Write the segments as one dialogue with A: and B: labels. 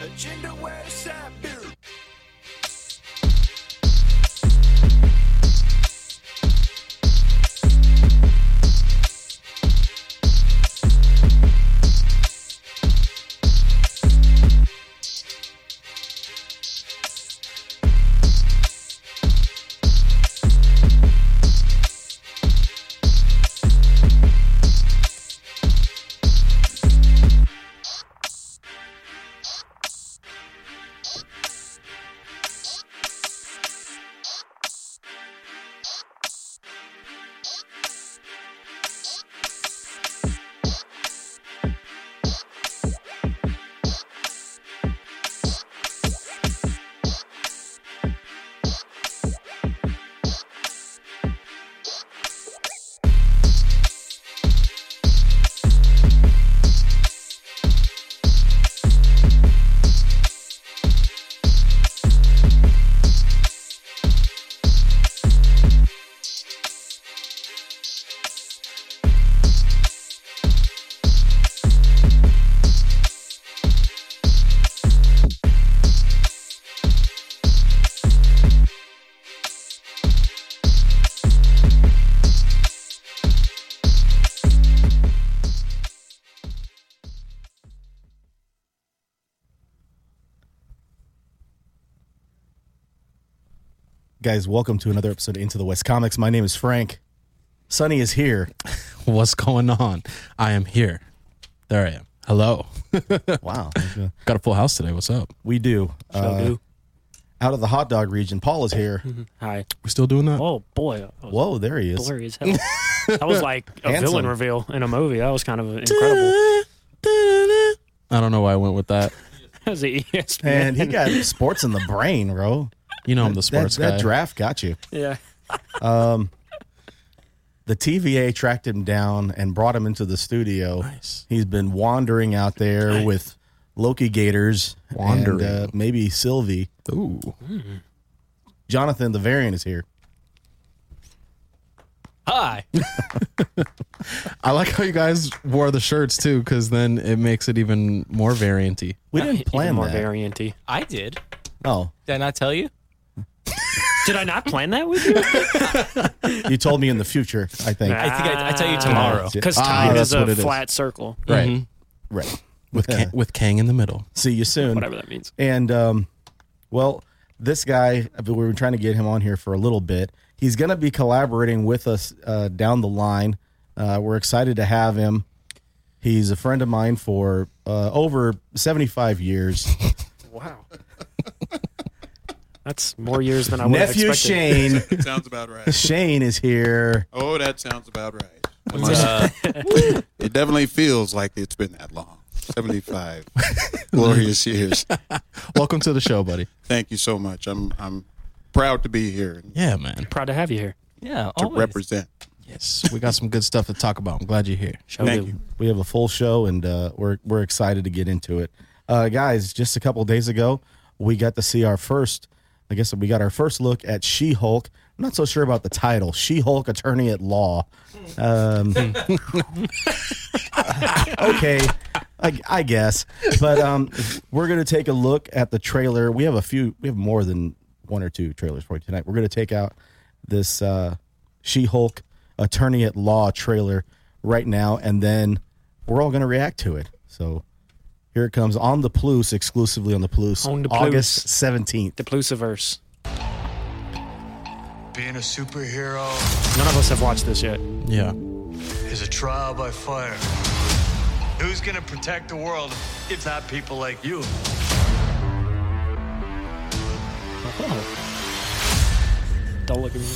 A: Agenda where it's at, dude.
B: Guys, welcome to another episode of Into the West Comics. My name is Frank. Sonny is here.
C: What's going on? I am here. There I am. Hello.
B: Wow.
C: Got a full house today. What's up?
B: we do. Uh,
D: do.
B: Out of the hot dog region, Paul is here.
D: Hi.
C: We still doing that?
D: Oh boy, that was
B: Whoa, there he is.
D: blurry as hell. that was like a
B: Handsome.
D: villain reveal in a movie. That was kind of incredible.
C: I don't know why I went with that.
D: That was the E ESPN.
B: And he got sports in the brain, bro.
C: You know I'm the
B: That,
C: sports guy.
B: that draft got you.
D: yeah.
B: The TVA tracked him down and brought him into the studio.
C: Nice.
B: He's been wandering out there with Loki Gators, and,
C: Wandering.
B: uh, maybe Sylvie.
C: Ooh.
B: Jonathan the Variant is here.
D: Hi.
C: I like how you guys wore the shirts too, because then it makes it even more varianty.
B: We didn't plan
D: more
B: that.
D: varianty.
E: I did.
B: oh,
E: Did I not tell you?
D: Did I not plan that with you?
B: you told me in the future. I think.
E: I think I, I tell you tomorrow.
B: Yeah.
D: Because
B: Ah,
D: time
B: that's
D: is a
B: what it is.
D: flat circle.
C: Right.
B: Right.
C: With Kang, with Kang in the middle.
B: See you soon.
D: Whatever that means.
B: And um, well, this guy, we were trying to get him on here for a little bit. He's going to be collaborating with us uh, down the line. Uh, we're excited to have him. He's a friend of mine for uh, over 75 years.
D: Wow. That's more years than I would have
B: Nephew
D: expected.
B: Shane.
F: sounds about right.
B: Shane is here.
F: Oh, that sounds about right. it definitely feels like it's been that long. 75 glorious years.
C: Welcome to the show, buddy.
F: Thank you so much. I'm I'm proud to be here and
C: Yeah, man.
D: Proud to have you here.
E: Yeah,
F: to
E: always.
F: represent.
C: Yes. We got some good stuff to talk about. I'm glad you're here.
D: Show
F: Thank
D: you.
F: you.
B: We have a full show, and uh, we're we're excited to get into it, uh, guys. Just a couple days ago, we got to see our first. I guess we got our first look at She Hulk. I'm not so sure about the title. She Hulk Attorney at Law. Um, okay, I, I guess. But um, we're gonna take a look at the trailer. We have a few. We have more than one or two trailers for you tonight. We're gonna take out this uh, She Hulk Attorney at Law trailer right now, and then we're all gonna react to it. So here it comes on the Plus, exclusively on the Plus,
D: On the Plus.
B: August seventeenth.
D: The Plusiverse.
G: Being a superhero
D: None of us have watched this yet.
C: Yeah.
G: is a trial by fire. Who's gonna protect the world if not people like you?
D: Oh. Don't look at me.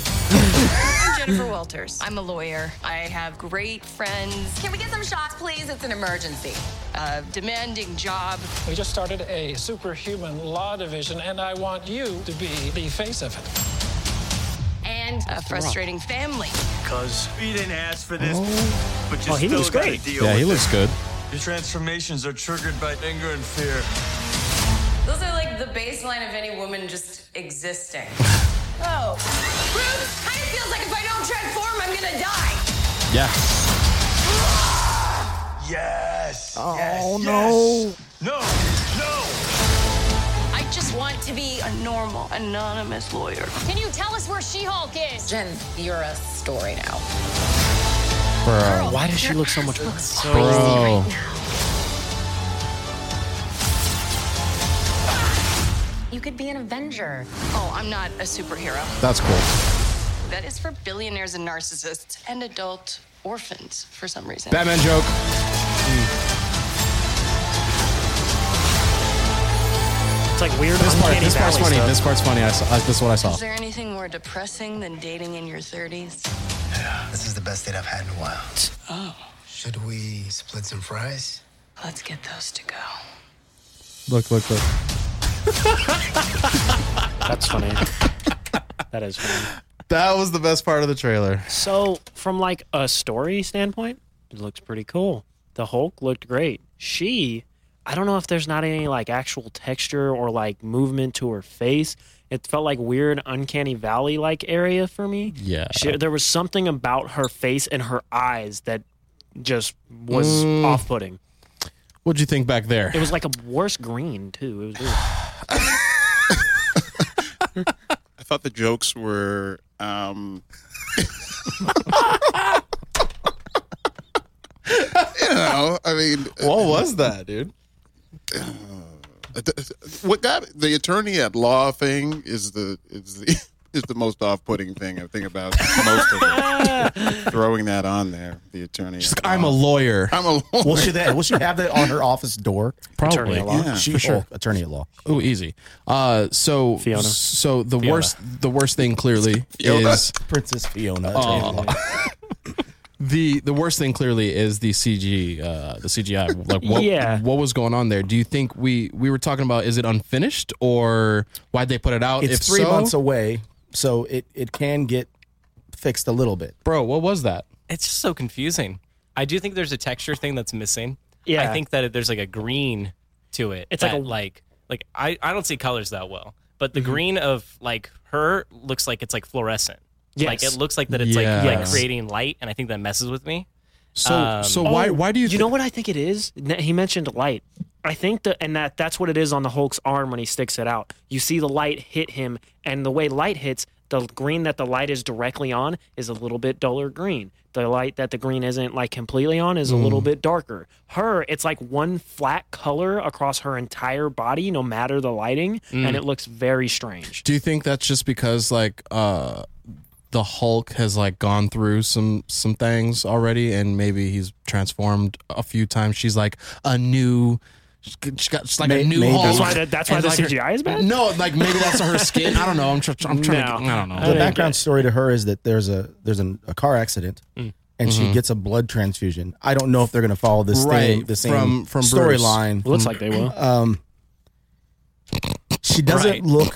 H: Jennifer Walters. I'm a lawyer. I have great friends. Can we get some shots, please? It's an emergency. A demanding job.
I: We just started a superhuman law division, and I want you to be the face of it.
H: And a frustrating family.
G: Cause we didn't ask for this, but you
D: Oh, he
G: still
D: looks
G: gotta
D: great.
G: deal
C: Yeah, he
G: with
C: looks good.
G: it. Your transformations are triggered by anger and fear.
H: Those are like the baseline of any woman just existing. oh. Bruce, kind of feels like if I don't transform, I'm gonna die.
C: Yeah.
G: Yes! Oh yes, no! Yes. No! No!
H: just want to be a normal, anonymous lawyer.
J: Can you tell us where She-Hulk is?
K: Jen, you're a story now.
C: Bro.
D: Why does she look so much? So
C: Bro.
K: You could be an Avenger.
H: Oh, I'm not a superhero.
C: That's cool.
H: That is for billionaires and narcissists and adult orphans for some reason.
C: Batman joke.
D: It's like weird.
C: This part,
D: uncanny
C: this part's
D: valley
C: funny.
D: stuff.
C: This part's funny. I saw, uh, this is what I saw.
H: Is there anything more depressing than dating in your 30s?
G: This is the best date I've had in a while. Oh. Should we split some fries?
H: Let's get those to go.
C: Look, look, look.
D: That's funny. that is funny.
C: That was the best part of the trailer.
D: So, from like a story standpoint, it looks pretty cool. The Hulk looked great. She, I don't know if there's not any like actual texture or like movement to her face. It felt like weird, uncanny valley like area for me.
C: Yeah.
D: she, there was something about her face and her eyes that just was off putting.
C: What'd you think back there?
D: It was like a worse green too. It was weird.
F: I thought the jokes were um You know, I mean
C: what was that, dude?
F: what got the attorney at law thing is the is the is the most off-putting thing I think about most of it. Throwing that on there, the attorney. at
C: I'm a
F: law.
C: lawyer.
F: I'm a lawyer.
B: Will she that? Will she have that on her office door?
D: Attorney at law.
F: Yeah,
B: she
F: for
B: sure. attorney at law.
C: Oh, easy. Uh, so
D: Fiona.
C: So the worst, the worst thing clearly is
B: Princess Fiona. attorney at law.
C: the the worst thing clearly is the CG, uh, the CGI. Like what,
D: Yeah.
C: what was going on there? Do you think we we were talking about? Is it unfinished or why'd they put it out?
B: It's
C: if
B: three
C: so,
B: months away, so it, it can get fixed a little bit.
C: bro. What was that?
E: It's just so confusing. I do think there's a texture thing that's missing.
D: Yeah.
E: I think that it- there's like a green to it.
D: It's like
E: that,
D: a- Mm-hmm.
E: like like I I don't see colors that well, but the green of like her looks like it's like fluorescent. Like
D: Yes.
E: it looks like that it's like like
C: Yes.
E: creating light, and I think that messes with me.
C: So
E: Um,
C: so why
D: Oh,
C: why do you?
D: You know what I think it is? N- He mentioned light. I think that, and that that's what it is on the Hulk's arm when he sticks it out. You see the light hit him, and the way light hits, the green that the light is directly on is a little bit duller green. The light that the green isn't like completely on is a little bit darker. Her, it's like one flat color across her entire body, no matter the lighting, and it looks very strange.
C: Do you think that's just because like uh the Hulk has like gone through some some things already and maybe he's transformed a few times. She's like a new she got she's like
B: May-
C: a new
B: maybe.
C: Hulk.
B: That's
D: why the- that's why
C: And,
D: the
C: her-
D: CGI is bad?
C: No, like maybe that's her skin. I don't know. I'm, tr- I'm trying to
D: No.
C: I don't know.
B: the
D: didn't
B: background story to her is that there's a there's an, a car accident
C: Mm.
B: and she gets a blood transfusion. I don't know if they're going to follow this thing,
C: Mm-hmm. Right,
B: the same
C: from- from
B: storyline. Um,
D: Looks like they will.
B: She doesn't
E: Right.
B: look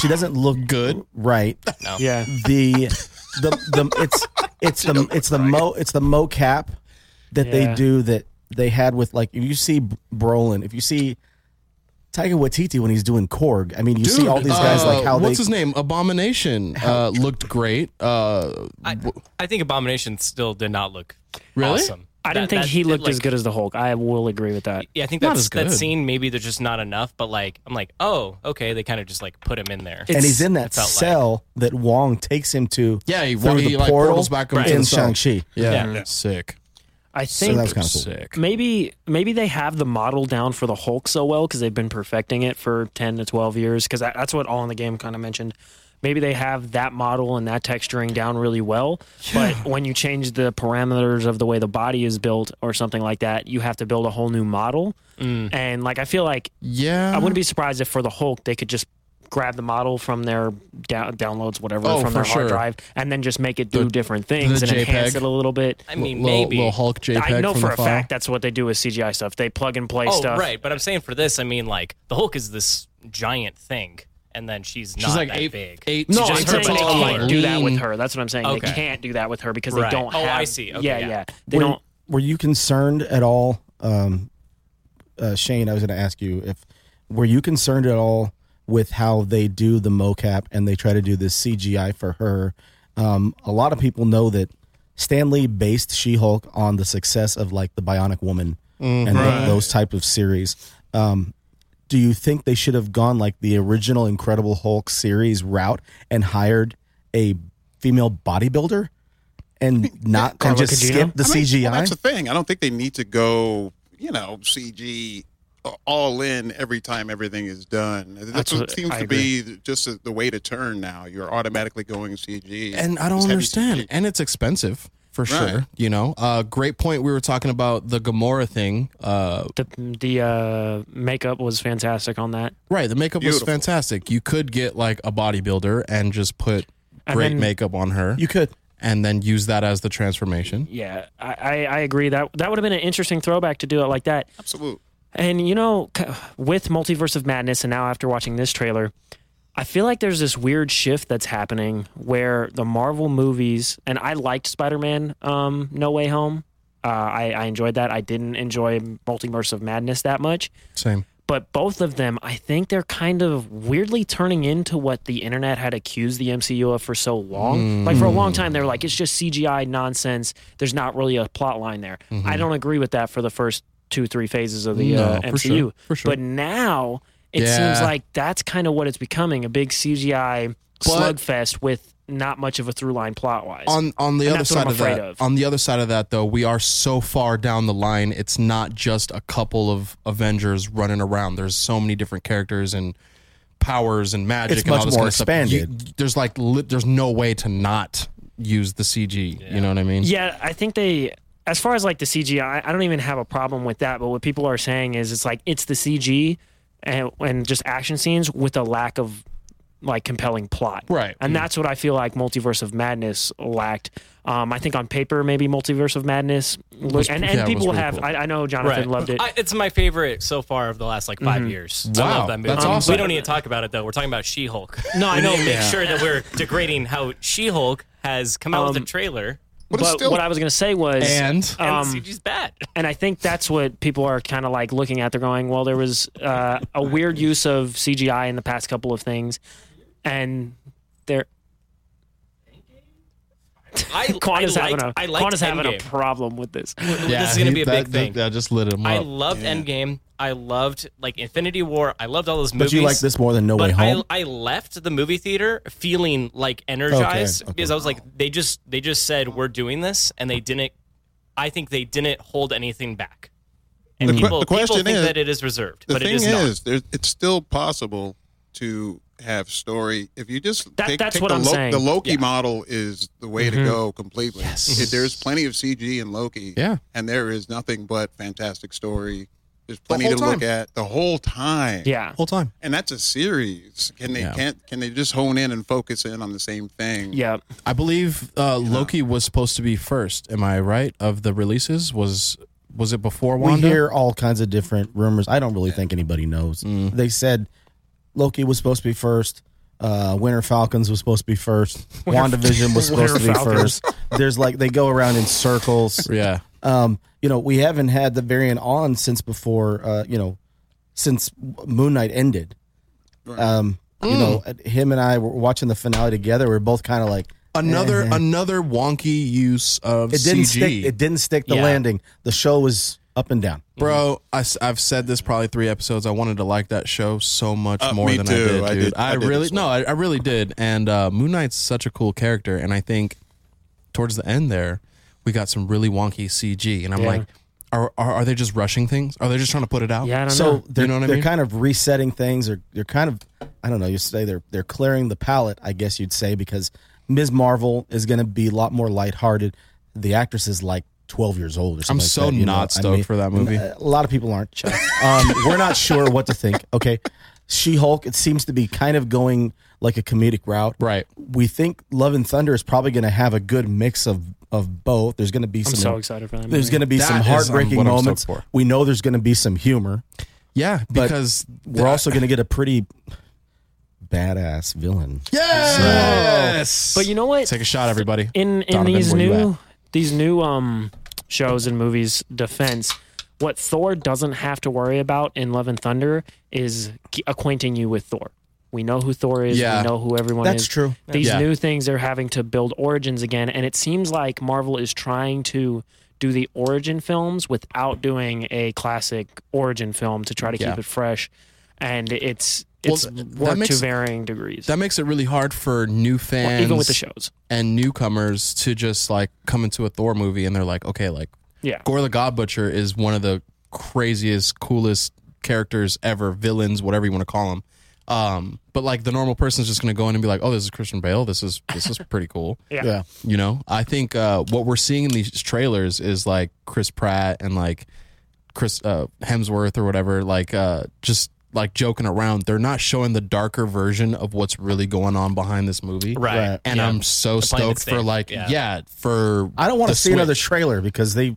B: she doesn't look
C: Good.
B: right.
D: yeah.
B: The the the it's it's the it's the mo it's the mocap that
D: Yeah.
B: they do that they had with like if you see Brolin, if you see Taika Waititi when he's doing Korg, I mean you see all these guys like how
C: Uh, what's
B: they
C: his name? Abomination uh, looked great. Uh,
E: I, I think Abomination still did not look
C: Really?
E: awesome.
D: I didn't
E: That-
D: think
E: that-
D: he
E: it,
D: looked
E: like-
D: as good as the Hulk. I will agree with that.
E: Yeah, I think
C: Not
E: that's
C: as
E: that
C: good.
E: scene. Maybe there's just not enough, but like I'm like, oh, okay. They kind of just like put him in there.
B: and he's in
E: it
B: that
E: felt like.
B: cell that Wong takes him to.
C: yeah, he,
B: through
C: he
B: the
C: like
B: portal
C: portals back over to
B: in
C: the cell.
B: Shang Chi.
C: Yeah.
E: Yeah.
C: sick,
D: I
B: So
D: think
B: that was kind of cool.
C: sick.
D: Maybe maybe they have the model down for the Hulk so well because they've been perfecting it for ten to twelve years. Because that, that's what All in the Game kind of mentioned. Maybe they have that model and that texturing down really well. But when you change the parameters of the way the body is built or something like that, you have to build a whole new model.
C: Mm.
D: And like I feel like
C: Yeah,
D: I wouldn't be surprised if for the Hulk they could just grab the model from their down, downloads, whatever,
C: Oh,
D: from their
C: for
D: hard
C: sure.
D: drive, and then just make it do different things
C: the
D: and enhance
C: JPEG.
D: it a little bit.
E: I mean,
C: little,
E: maybe
C: little Hulk JPEG.
D: I know
C: from
D: for
C: the
D: a
C: file.
D: fact that's what they do with CGI stuff. They plug and play
E: Oh,
D: stuff.
E: right. But I'm saying for this, I mean, like the Hulk is this giant thing, and then she's not
C: She's like
E: that
C: eight,
E: big.
C: eight.
D: No,
E: Just
D: I'm
E: her
D: saying they
E: body.
D: can't do that with
C: Lean.
D: her. That's what I'm saying. They
E: Okay.
D: can't do that with her because
E: Right.
D: they don't
E: Oh,
D: have.
E: I see. Okay,
D: yeah,
E: yeah.
D: yeah. They
B: were,
D: don't.
B: Were you concerned at all, um, uh, Shane? I was going to ask you if were you concerned at all with how they do the mocap and they try to do this CGI for her. Um, a lot of people know that Stanley based She Hulk on the success of like the Bionic Woman and th- those type of series. Um, do you think they should have gone like the original Incredible Hulk series route and hired a female bodybuilder and not and
F: Carla
B: just
F: Cugino?
B: skip the
F: I mean,
B: CGI?
F: well, that's the thing. I don't think they need to go, you know, CG all in every time everything is done. That's,
C: That's
F: what
C: what-
F: seems
C: I
F: to be just the- the way to turn now. You're automatically going CG.
C: and I don't
F: Just heavy
C: understand. And it's expensive for
F: Right.
C: sure. You know, uh, great point. We were talking about the Gamora thing. Uh,
D: the the uh, makeup was fantastic on that.
C: right, the makeup
D: Beautiful.
C: was fantastic. You could get like a bodybuilder and just put
D: And
C: great
D: then-
C: makeup on her. You
B: could,
C: and then use that as the transformation.
D: Yeah, I, I, I agree that that would have been an interesting throwback to do it like that.
F: Absolutely.
D: And you know, c- with Multiverse of Madness, and now after watching this trailer, I feel like there's this weird shift that's happening where the Marvel movies, and I liked Spider-Man: um, No Way Home. Uh, I, I enjoyed that. I didn't enjoy Multiverse of Madness that much.
C: Same.
D: But both of them, I think they're kind of weirdly turning into what the internet had accused the MCU of for so long.
C: Mm.
D: Like for a long time, they're like, it's just CGI nonsense. There's not really a plot line there.
C: Mhm.
D: I don't agree with that for the first two, three phases of the
C: No,
D: uh,
C: for
D: MCU.
C: sure, for sure.
D: But now it seems
C: Yeah.
D: like that's kind of what it's becoming a big CGI
C: But-
D: slugfest with not much of a through line plot wise.
C: On on the
D: And
C: other
D: that's what
C: side
D: I'm
C: of
D: afraid
C: that,
D: of.
C: on the other side of that though, we are so far down the line. It's not just a couple of Avengers running around. There's so many different characters and powers and magic
B: It's
C: and
B: much
C: all this
B: more
C: kind of stuff. You-
B: expanded.
C: there's like li- there's no way to not use the CG. You know what I mean?
D: Yeah, I think they. As far as like the CG, I, I don't even have a problem with that. But what people are saying is it's like it's the CG and, and just action scenes with a lack of like compelling plot.
C: Right.
D: And that's what I feel like Multiverse of Madness lacked. Um, I think on paper maybe Multiverse of Madness look,
E: Was-
D: and,
E: yeah,
D: and
E: it was
D: people
E: really
D: have.
E: cool.
D: I, I know Jonathan
E: Right.
D: loved it.
E: I, it's my favorite so far of the last like 5
D: Mhm.
E: years. I
D: Wow,
E: love that movie. Um,
D: that's awesome.
E: We don't need to talk about it though. We're talking about She-Hulk.
D: No, I
E: We need
D: know.
E: to make
D: Yeah.
E: sure that we're degrading how She-Hulk has come out with
D: Um,
E: a trailer.
D: But what I was gonna say was
C: And?
E: And
D: um,
E: CG's bad.
D: and I think that's what people are kind of like looking at. They're going, well, there was uh, a weird use of CGI in the past couple of things, and there.
E: I,
D: Quan
E: I
D: is having a
E: liked- I liked
D: Quan is having a
E: Endgame.
D: problem with this.
E: this is gonna be a big thing.
C: I just lit him up.
E: I loved Endgame. I loved like Infinity War. I loved all those
B: But
E: movies.
B: you like this more than No
E: But
B: Way
E: I-
B: Home?
E: I, left the movie theater feeling like energized
B: Okay, okay.
E: because I was like, they just they just said we're doing this, and they didn't. I think they didn't hold anything back. And
F: The que-
E: people,
F: the question
E: people think
F: is-
E: that it is reserved,
F: The
E: but
F: thing
E: it is, not.
F: is, there, it's still possible to have story if you just
E: That-
F: take,
E: that's
F: take
E: what
F: the,
E: I'm saying.
F: the Loki
E: Yeah.
F: model is the way to
C: Mm-hmm.
E: Mhm.
F: go completely. If there's plenty of CG in Loki,
C: Yeah.
F: and there is nothing but fantastic story. There's
C: The
F: plenty
C: whole
F: to look
C: time.
F: at the whole time.
D: Yeah.
C: Whole time.
F: and that's a series. Can they
C: Yeah.
F: can't can they just hone in and focus in on the same thing?
D: Yeah.
C: I believe uh, Loki was supposed to be first. Am I right? Of the releases, was was it before
B: we
C: Wanda?
B: hear all kinds of different rumors. I don't really think anybody knows. They said Loki was supposed to be first. Uh, Winter Falcons was supposed to be first.
C: Winter-
B: WandaVision was supposed
C: Winter
B: to be
C: Falcons.
B: first. There's like they go around in circles.
C: Yeah.
B: Um, you know, we haven't had the variant on since before. Uh, you know, since Moon Knight ended. Um, you know, him and I were watching the finale together. We are both kind of like
C: another
D: Uh-huh.
B: eh.
C: another wonky use of
B: It didn't
C: CG.
B: stick. It didn't stick the
C: Yeah.
B: landing. The show was up and down.
C: Bro, I, have said this probably three episodes. I wanted to like that show so much
B: Uh,
C: more
B: me
C: than
B: too.
C: I did, dude.
B: I
C: I,
B: did- I did
C: really
B: as
C: no, I, I really did. And uh, Moon Knight's such a cool character, and I think towards the end there, we got some really wonky CG, and I'm
B: Yeah.
C: like, are, are are they just rushing things? Are they just trying to put it out?
B: so They're,
C: you know what I
B: they're
C: mean?
B: kind of resetting things. They're they're kind of I don't know. You say they're they're clearing the palette, I guess you'd say, because Ms. Marvel is going to be a lot more lighthearted. The actress is like twelve years old. Or something
C: I'm
B: like
C: so
B: that, you know?
C: not stoked for that movie.
B: A lot of people aren't. um, we're not sure what to think. Okay, She Hulk. It seems to be kind of going like a comedic route.
C: Right.
B: We think Love and Thunder is probably going to have a good mix of of both. There's going to be
D: I'm
B: some.
D: so excited for that
B: There's
D: movie.
B: going to be
D: That
B: some
D: is, um,
B: heartbreaking
D: what I'm stoked
B: moments.
D: for.
B: We know there's going to be some humor.
C: Yeah,
B: But
C: because
B: we're also going to get a pretty badass villain.
C: Yes.
D: But you know what?
C: Take a shot, everybody.
D: in in
C: Donovan,
D: these
C: where you
D: new
C: at?
D: these new um shows and movies defense what thor doesn't have to worry about in love and thunder is k- acquainting you with thor we know who thor is
C: Yeah.
D: we know who everyone
C: That's
D: is
C: true.
D: these
C: Yeah.
D: new things they're having to build origins again and it seems like marvel is trying to do the origin films without doing a classic origin film to try to
C: Yeah.
D: keep it fresh and it's
C: Well,
D: it's
C: that
D: worked to
C: makes-
D: varying degrees.
C: That makes it really hard for new fans,
D: even with the shows.
C: and newcomers to just like come into a Thor movie and they're like, okay, like,
D: Yeah.
C: Gore the God Butcher is one of the craziest, coolest characters ever, villains, whatever you want to call them. Um, but like the normal person's just gonna go in and be like, oh, this is Christian Bale. This is this is pretty cool.
D: Yeah. Yeah.
C: you know, I think uh, what we're seeing in these trailers is like Chris Pratt and like Chris uh, Hemsworth or whatever, like uh, just like joking around. They're not showing the darker version of what's really going on behind this movie,
E: Right. Right.
C: And
E: Yeah.
C: I'm so
E: The planet
C: stoked for
E: state.
C: like yeah,
E: Yeah.
C: for
B: I don't want
C: the
B: to see another
C: Switch.
B: trailer because they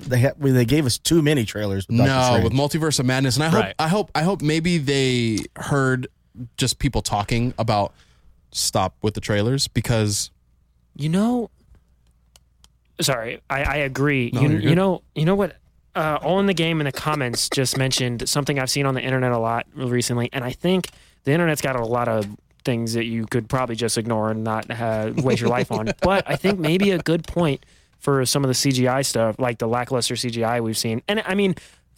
B: they ha- well, they gave us too many trailers. With Doctor
C: No,
B: Strange.
C: with Multiverse of Madness, and I hope,
E: Right.
C: I hope, I hope maybe they heard just people talking about stop with the trailers because
D: You know, sorry, I, I agree.
C: No,
D: you
C: you're
D: you
C: good.
D: know you know what? Uh, all in the game in the comments just mentioned something I've seen on the internet a lot recently, and I think the internet's got a lot of things that you could probably just ignore and not uh, waste your life on. But I think maybe a good point for some of the CGI stuff, like the lackluster CGI we've seen, and I mean.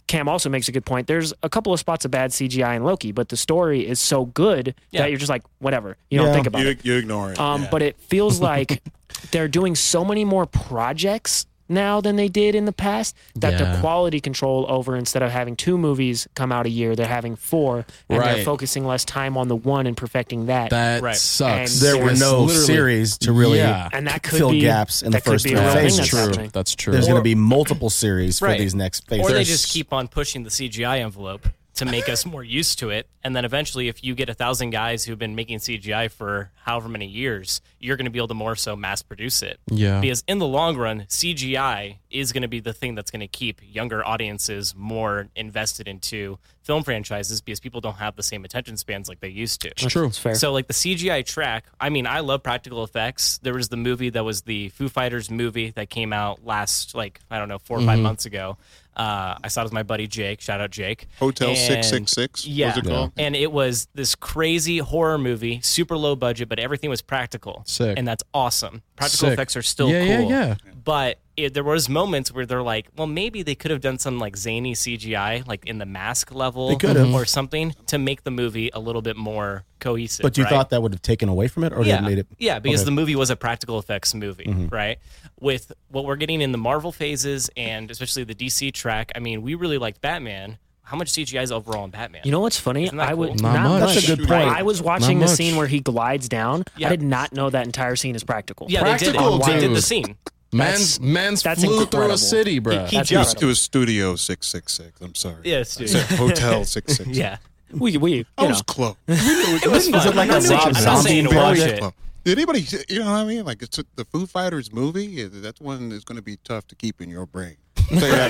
D: Cam also makes a good point. There's a couple of spots of bad CGI in Loki, but the story is so good
E: Yeah.
D: that you're just like, whatever. You don't
B: Yeah.
D: think about it.
F: You, you ignore it.
D: Um,
E: Uh,
F: yeah.
D: But it feels like they're doing so many more projects now than they did in the past that
C: Yeah.
D: the quality control over instead of having two movies come out a year, they're having four, and
C: Right.
D: they're focusing less time on the one and perfecting that.
C: that
E: Right.
C: sucks.
D: And
B: there were
C: It's
B: no
C: literally-
B: series to really
C: Yeah.
D: and that could
B: fill
D: be
B: gaps in the
D: that could
B: first
D: be
B: three
D: a real thing
B: phases.
C: That's
D: that's
C: true.
D: happening.
C: That's true.
B: There's going to be multiple series for
E: Right.
B: these next phases.
E: Or they just keep on pushing the CGI envelope to make us more used to it. And then eventually, if you get a thousand guys who've been making CGI for however many years, you're going to be able to more so mass produce it.
C: Yeah.
E: Because in the long run, CGI is going to be the thing that's going to keep younger audiences more invested into film franchises because people don't have the same attention spans like they used to.
C: true.
D: It's fair.
E: So like the CGI track, I mean, I love practical effects. There was the movie that was the Foo Fighters movie that came out last like I don't know four or five
C: Mm-hmm.
E: months ago. Uh, I saw it with my buddy Jake. Shout out Jake.
F: Hotel
E: And-
F: 666 was
E: Yeah,
F: it called?
E: and it was this crazy horror movie, super low budget, but everything was practical.
C: Sick.
E: and that's awesome. Practical
C: Sick.
E: effects are still
C: Yeah, yeah,
E: cool.
C: yeah.
E: But it, there was moments where they're like, well, maybe they could have done some like zany CGI, like in the mask level,
B: They could have.
E: or something, to make the movie a little bit more cohesive.
B: But you
E: right?
B: thought that would have taken away from it, or
E: yeah,
B: they made it?
E: yeah,
B: Okay.
E: because
B: Mm-hmm.
E: the movie was a practical effects movie, right? With what we're getting in the Marvel phases and especially the DC track, I mean, we really liked Batman. How much CGI is overall in Batman?
D: You know what's funny?
E: Isn't that
D: I would
E: cool?
D: not,
C: Not much.
D: much.
B: That's a good point.
D: I was watching
C: Not
D: the
C: much.
D: scene where he glides down.
E: Yeah.
D: I did not know that entire scene is practical.
E: yeah,
C: Practical,
E: they did. it. They did the
C: dude.
E: scene.
C: Man's man's
D: that's
C: flew through a
D: incredible.
C: city, bro.
E: He- he
F: It
E: Yeah.
F: was, it was Studio 666. I'm sorry.
E: Yes,
F: I
E: dude.
F: said Hotel 666.
E: Yeah.
D: We we you
F: I
D: know.
F: was close. it was
E: Oh, fun.
B: it like
E: I'm
B: a
E: not
B: Rob
E: saying- I'm not saying to
B: Zombie
E: watch
B: project?
E: it.
F: Did anybody, you know what I mean? Like it's the Foo Fighters movie. yeah, That's one that's going to be tough to keep in your brain. Say that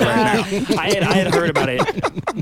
F: right now.
D: I had I had heard about it.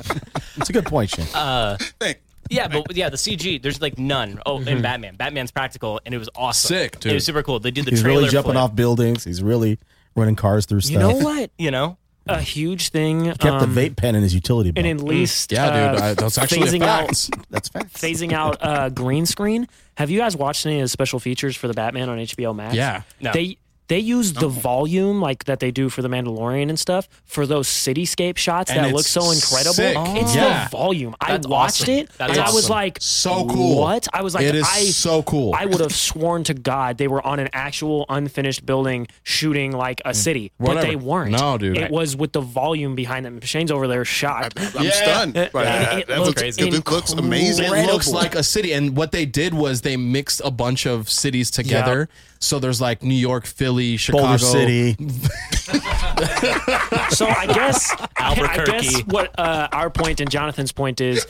B: It's a good point, Shane.
F: Thank.
E: Yeah, but yeah, the CG, there's like none. Oh, in Batman. Batman's practical and it was awesome.
C: Mm-hmm. Sick,
E: It
C: dude.
E: was super cool. They did the
B: He's
E: trailer.
B: really jumping
E: flip,
B: off buildings. He's really running cars through stuff.
D: You know what?
E: You know?
D: A huge thing.
B: Kept
D: um,
B: the vape pen in his utility belt.
D: and at least
C: mm, yeah, dude.
D: uh,
C: I, that's actually a
D: phasing out
C: fact.
B: That's facts.
D: phasing out uh, green screen. Have you guys watched any of the special features for the Batman on HBO Max?
C: Yeah.
E: No.
D: They they use the volume like that they do for the Mandalorian and stuff for those cityscape shots
C: And
D: that
C: it's
D: look so incredible.
C: sick. Oh.
D: It's
C: Yeah.
D: the volume.
E: That's
D: I watched
E: awesome.
D: it
E: That's
D: and I was
E: awesome.
D: like,
C: So cool.
D: What? I was like,
C: It is
D: I
C: so cool.
D: I would have sworn to God they were on an actual unfinished building shooting like a city,
C: Mm. Whatever.
D: but they weren't.
C: No, dude.
D: It
C: Right.
D: was with the volume behind them. Shane's over there shocked.
F: I'm stunned by that.
D: it
F: That
D: looks
F: looks- It looks amazing.
C: It looks like a city. And what they did was they mixed a bunch of cities together. So there's like New York, Philly, Chicago.
B: Boulder City.
D: So I guess I
E: Albuquerque.
D: guess what uh, our point and Jonathan's point is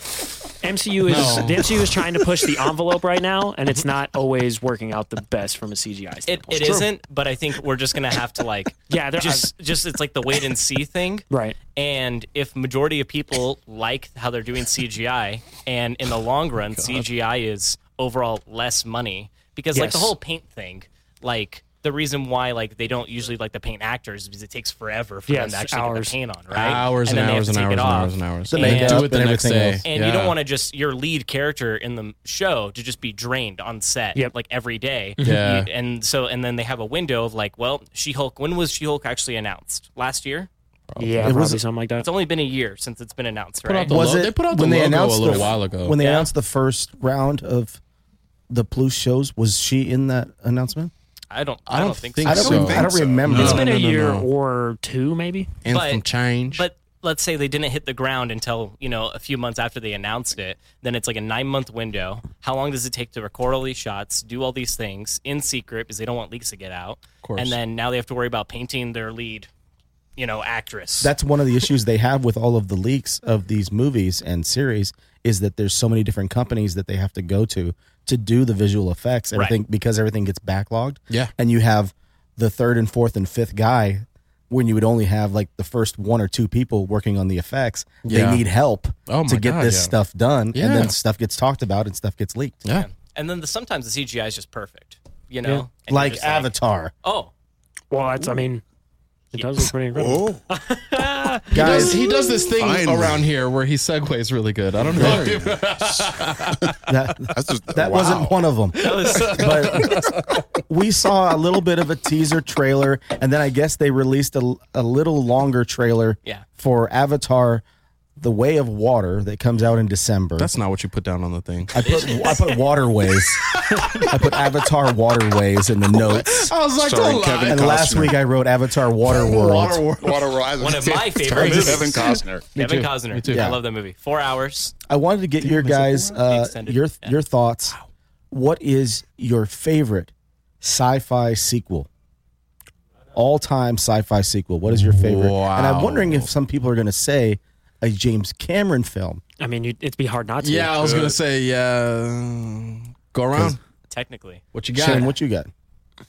D: MCU is
C: No.
D: the MCU is trying to push the envelope right now, and it's not always working out the best from a CGI
E: It,
D: standpoint.
E: it isn't, but I think we're just gonna have to like
D: Yeah, there-
E: just just it's like the wait and see thing.
D: Right.
E: And if majority of people like how they're doing CGI, and in the long run, CGI is overall less money because like the
D: Yes.
E: whole paint thing, like the reason why like they don't usually like the paint actors is because it takes forever for them
D: Yes,
E: to actually get
D: hours.
E: the paint on, right?
C: Hours and,
E: then they have
C: hours
E: to
C: and
E: take
C: hours
E: it
C: and
E: off.
C: hours and hours.
E: The
C: And
E: makeup
C: do it the
B: and
C: next
B: everything
C: day.
B: else.
E: And you don't want to just your lead character in the show to just be drained on set
D: Yep.
E: like every day.
C: Yeah.
E: You- and so and then they have a window of like, well, She Hulk. When was She Hulk actually announced? Last year.
D: Probably. Yeah,
B: It was-
D: probably something like that.
E: It's only been a year since it's been announced,
C: Put out
E: right?
C: the
B: was
C: lo-
B: it
C: they put out the
B: when they
C: logo a
B: announced
C: little
B: the-
C: while ago.
B: When they
C: Yeah.
B: announced the first round of the Palouse shows, was she in that announcement?
E: I don't.
C: I
E: I don't,
C: don't
E: think,
C: think
E: so.
B: I don't,
C: so.
B: I don't
C: so.
B: remember.
D: It's been
C: No,
D: a
C: no, no,
D: year
C: no.
D: or two, maybe.
C: and
E: But-
C: some change.
E: But let's say they didn't hit the ground until you know a few months after they announced it. Then it's like a nine month window. How long does it take to record all these shots, do all these things in secret because they don't want leaks to get out? Of
C: course.
E: And then now they have to worry about painting their lead, you know, actress.
B: That's one of the issues they have with all of the leaks of these movies and series is that there's so many different companies that they have to go to to do the visual effects.
E: Right.
B: Everything because everything gets backlogged.
C: Yeah.
B: and you have the third and fourth and fifth guy when you would only have like the first one or two people working on the effects.
C: Yeah.
B: They need help
C: Oh, my
B: to get
C: God,
B: this
C: yeah.
B: stuff done,
C: Yeah.
B: and then stuff gets talked about and stuff gets leaked.
C: yeah.
E: and then the, sometimes the CGI is just perfect, you know, And you're
B: Like
E: just
B: Avatar,
E: oh,
D: Well, that's. I mean, it does look pretty incredible.
F: Oh,
B: guys.
C: he does this thing
F: Finally.
C: around here where he segues really good. I don't know. dude.
B: that
F: that's just,
B: that
F: wow.
B: wasn't one of them.
E: that was
B: but we saw a little bit of a teaser trailer, and then I guess they released a, a little longer trailer
E: Yeah.
B: for Avatar: The Way of Water that comes out in December.
C: That's not what you put down on the thing.
B: I put I put waterways. I put Avatar waterways in the notes.
C: was like,
F: Starring don't lie. Kevin-
B: And last
F: Costner.
B: week I wrote Avatar Water World.
F: Water Rise.
E: One of my favorite movies.
F: Kevin Costner.
E: Kevin
C: too.
E: Costner.
C: Me too.
E: I love that movie. Four hours.
B: I wanted to get your guys uh,
E: extended?
B: your
E: Yeah.
B: your thoughts. What is your favorite sci-fi sequel? All-time sci-fi sequel. What is your favorite? And I'm
C: Wow.
B: wondering if some people are going to say a James Cameron film.
D: I mean, you, it'd be hard not to.
C: yeah, I was gonna say, yeah. Go around.
E: Technically,
C: What you
B: Shane,
C: got?
B: what you got?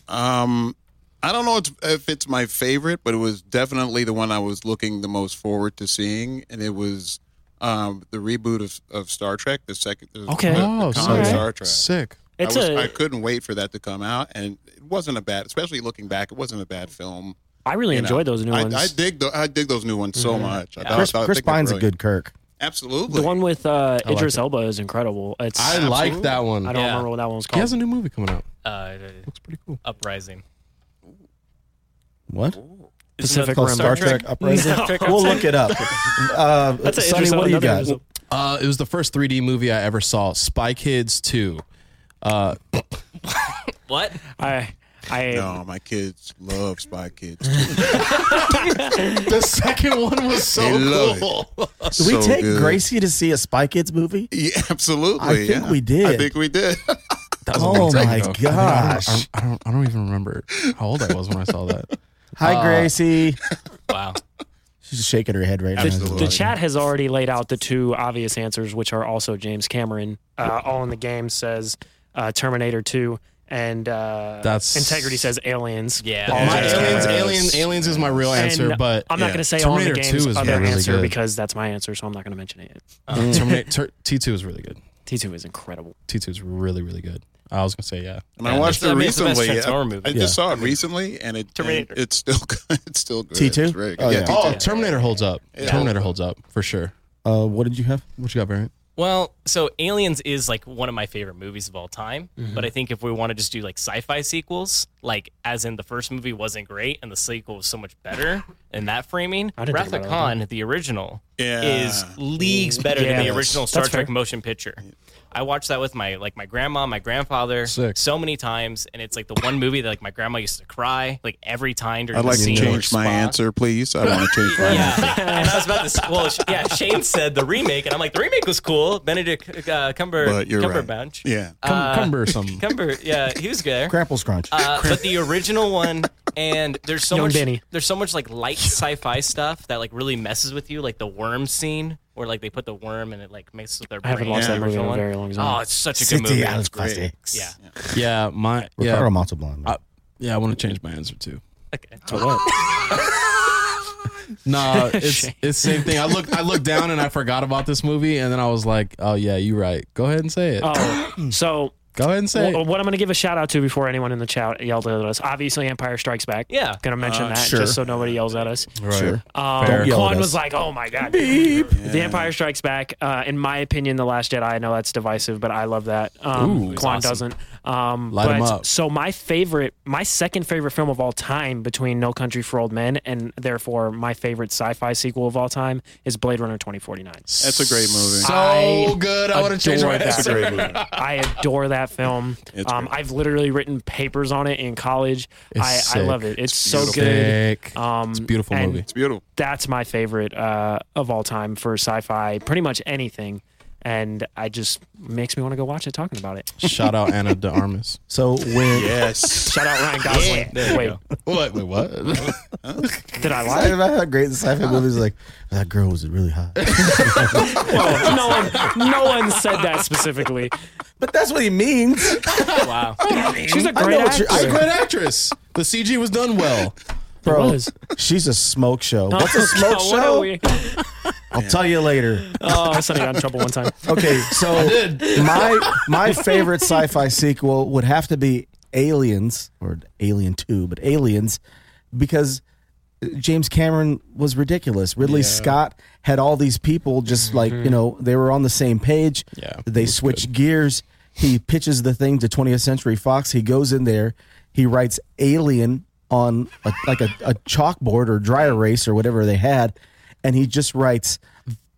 F: Uh, Um, I don't know it's- if it's my favorite, but it was definitely the one I was looking the most forward to seeing, and it was um, the reboot of, of Star Trek, the second. the-
D: Okay.
F: the- the
C: oh,
F: con
C: sick.
F: Star Trek.
C: Sick.
D: It's
F: I, was,
D: a.
F: I couldn't wait for that to come out, and it wasn't a bad. Especially looking back, it wasn't a bad film.
D: I really
F: you know.
D: enjoyed those new
F: I,
D: ones.
F: I dig the, I dig those new ones so
E: Mm-hmm.
F: much. I thought-
B: Chris,
F: I
B: Chris
F: think they're
B: Pine's a
F: brilliant.
B: good Kirk.
F: Absolutely.
D: the one with uh,
C: like
D: Idris
C: it.
D: Elba is incredible. It's.
C: I
D: I,
C: like that one.
D: don't
E: Yeah.
D: remember what that one was called.
C: He has a new movie coming out.
E: uh,
C: Looks pretty cool.
E: Uprising.
B: What?
D: Pacific
B: Called
D: Rim.
B: Star Trek Uprising. We'll look it up. Uh,
D: That's an
B: Sonny,
D: Idris
B: what do you
D: another
B: got?
D: Idris Elba.
C: Uh, it was the first 3D movie I ever saw. Spy Kids 2. Uh,
E: What?
D: I. I.
F: No, my kids love Spy Kids.
C: the second one was so
F: They love
C: cool.
B: Did we
F: So
B: take
F: good.
B: Gracie to see a Spy Kids movie?
F: Yeah, absolutely.
B: I think
F: yeah.
B: we did.
F: I think we did.
B: Oh my gosh!
C: I, I don't. I don't even remember how old I was when I saw that.
B: Hi, Gracie.
E: Wow.
B: She's shaking her head right now.
F: Absolutely.
D: The chat has already laid out the two obvious answers, which are also James Cameron. Uh, All in the game says uh, Terminator 2, and uh,
C: That's-
D: Integrity says Aliens.
E: Yeah.
D: All
C: My
D: James
F: Yeah.
D: Cameron.
C: aliens,
F: Yes.
C: aliens, aliens is my real answer,
D: And
C: but
D: I'm not
F: yeah.
D: going to say all in the
C: Terminator 2
D: game's
C: is
D: other
C: really
D: answer
C: good.
D: because that's my answer, so I'm not going to mention it.
C: uh, Terminator Ter- T2 is really good.
D: T2 is incredible.
C: T2 is really, really good. I was gonna say yeah.
F: And I
E: Yeah,
F: watched
E: it's-
F: it
E: I mean, it's the best
F: recently. I,
E: Transformer movie.
F: I just saw it recently, and it and
E: Terminator.
F: it's still good. It's still good.
B: T2?
F: It's very good.
B: Oh,
F: yeah.
B: yeah.
F: T2.
C: Oh, Terminator holds up. Terminator holds up for sure.
B: Uh, what did you have?
C: What you got, Barry?
E: Well, so Aliens is like one of my favorite movies of all time.
D: Mm-hmm.
E: But I think if we want to just do like sci-fi sequels, like as in the first movie wasn't great and the sequel was so much better in that framing,
D: I didn't think
E: Wrath of
D: about it like
E: Khan, the original,
F: Yeah.
E: is leagues better than
D: Yeah.
E: the original
D: That's
E: Star
D: fair.
E: Trek motion picture. I watched that with my like my grandma, my grandfather,
C: Sick.
E: so many times, and it's like the one movie that like my grandma used to cry like every time during
F: I'd
E: the
F: like to
E: scene or
F: change my
E: spa.
F: answer, please. I want to change my answer.
E: Yeah, and I was about to. s- Well, sh- yeah, Shane said the remake, and I'm like, the remake was cool. Benedict uh, Cumber
F: But you're right.
E: Cumberbatch.
F: Yeah.
C: Cum-
E: Uh,
C: Cumber some.
E: Cumber, yeah, he was good.
B: Crapple scrunch.
E: Uh, but the original one, and there's so
D: Young
E: much,
D: Benny.
E: there's so much like light sci-fi stuff that like really messes with you, like the worm scene where like they put the worm and it like messes with
D: I
E: their brain.
D: haven't watched
E: the
D: that movie in
E: original
D: a
E: one.
D: very long time.
E: Oh, it's such a good
B: City
E: movie.
B: Alice Plastic.
E: Yeah.
C: yeah, my
B: Ricardo
C: yeah, Uh,
B: Montalban.
C: I- yeah. I want to change my answer too.
E: Okay.
C: No, it's it's same thing. I looked I looked down and I forgot about this movie, and then I was like, oh yeah, you right. Go ahead and say it.
D: Oh, so
C: Go ahead and say.
D: Well,
C: it.
D: what I'm going to give a shout out to before anyone in the chat yelled at us. Obviously, Empire Strikes Back.
E: Yeah.
D: going to mention
E: Uh,
D: that
E: sure.
D: just so nobody yells at us.
C: Right. Sure.
D: Um,
C: Fair. Don't yell
D: Quan
C: at
D: was
C: us.
D: like, "Oh my god." The Empire Strikes Back. Uh, in my opinion, The Last Jedi. I know that's divisive, but I love that. Um,
C: Ooh.
D: Quan
C: Awesome.
D: doesn't. Um,
C: Light 'em
D: but-
C: up.
D: So my favorite, my second favorite film of all time, between No Country for Old Men and therefore my favorite sci-fi sequel of all time, is Blade Runner 2049.
F: That's a great movie.
C: So good. I want to change my
D: adore that
C: answer.
D: film. I adore that film. Um, I've literally written papers on it in college. I,
C: It's
D: I love
C: sick.
D: it. It's,
C: It's
D: so
C: beautiful.
D: good.
C: Sick.
D: Um,
C: It's a beautiful
D: and
C: movie.
F: It's beautiful.
D: That's my favorite uh, of all time for sci-fi. Pretty much anything, and I just makes me want to go watch it. Talking about it.
C: Shout out Anna De Armas.
B: So when
F: Yes.
D: Shout out Ryan Gosling. Wait,
C: Wait, wait, what?
D: did I
B: I
D: lie?
B: about how great the sci-fi movies like that girl was really hot.
D: Whoa, Oh, no one, no one said that specifically.
B: but that's what he means.
E: Wow.
D: She's a
B: I know
D: great
B: what
D: actor.
B: you're- I-
C: She's a great actress. The CG was done well.
B: Bro,
D: was.
B: she's a smoke show. What's a smoke
D: Oh, what are
B: show?
D: we-
B: I'll tell you later.
D: Oh, Sonny got in trouble one time.
B: Okay, so my my favorite sci-fi sequel would have to be Aliens or Alien Two, but Aliens because James Cameron was ridiculous. Ridley Scott had all these people just like you know they were on the same page.
C: Mm-hmm. Yeah, it
B: they
C: was
B: switch gears. He pitches the thing to 20th Century Fox. He goes in there. He writes Alien on a, like a, a chalkboard or dry erase or whatever they had, and he just writes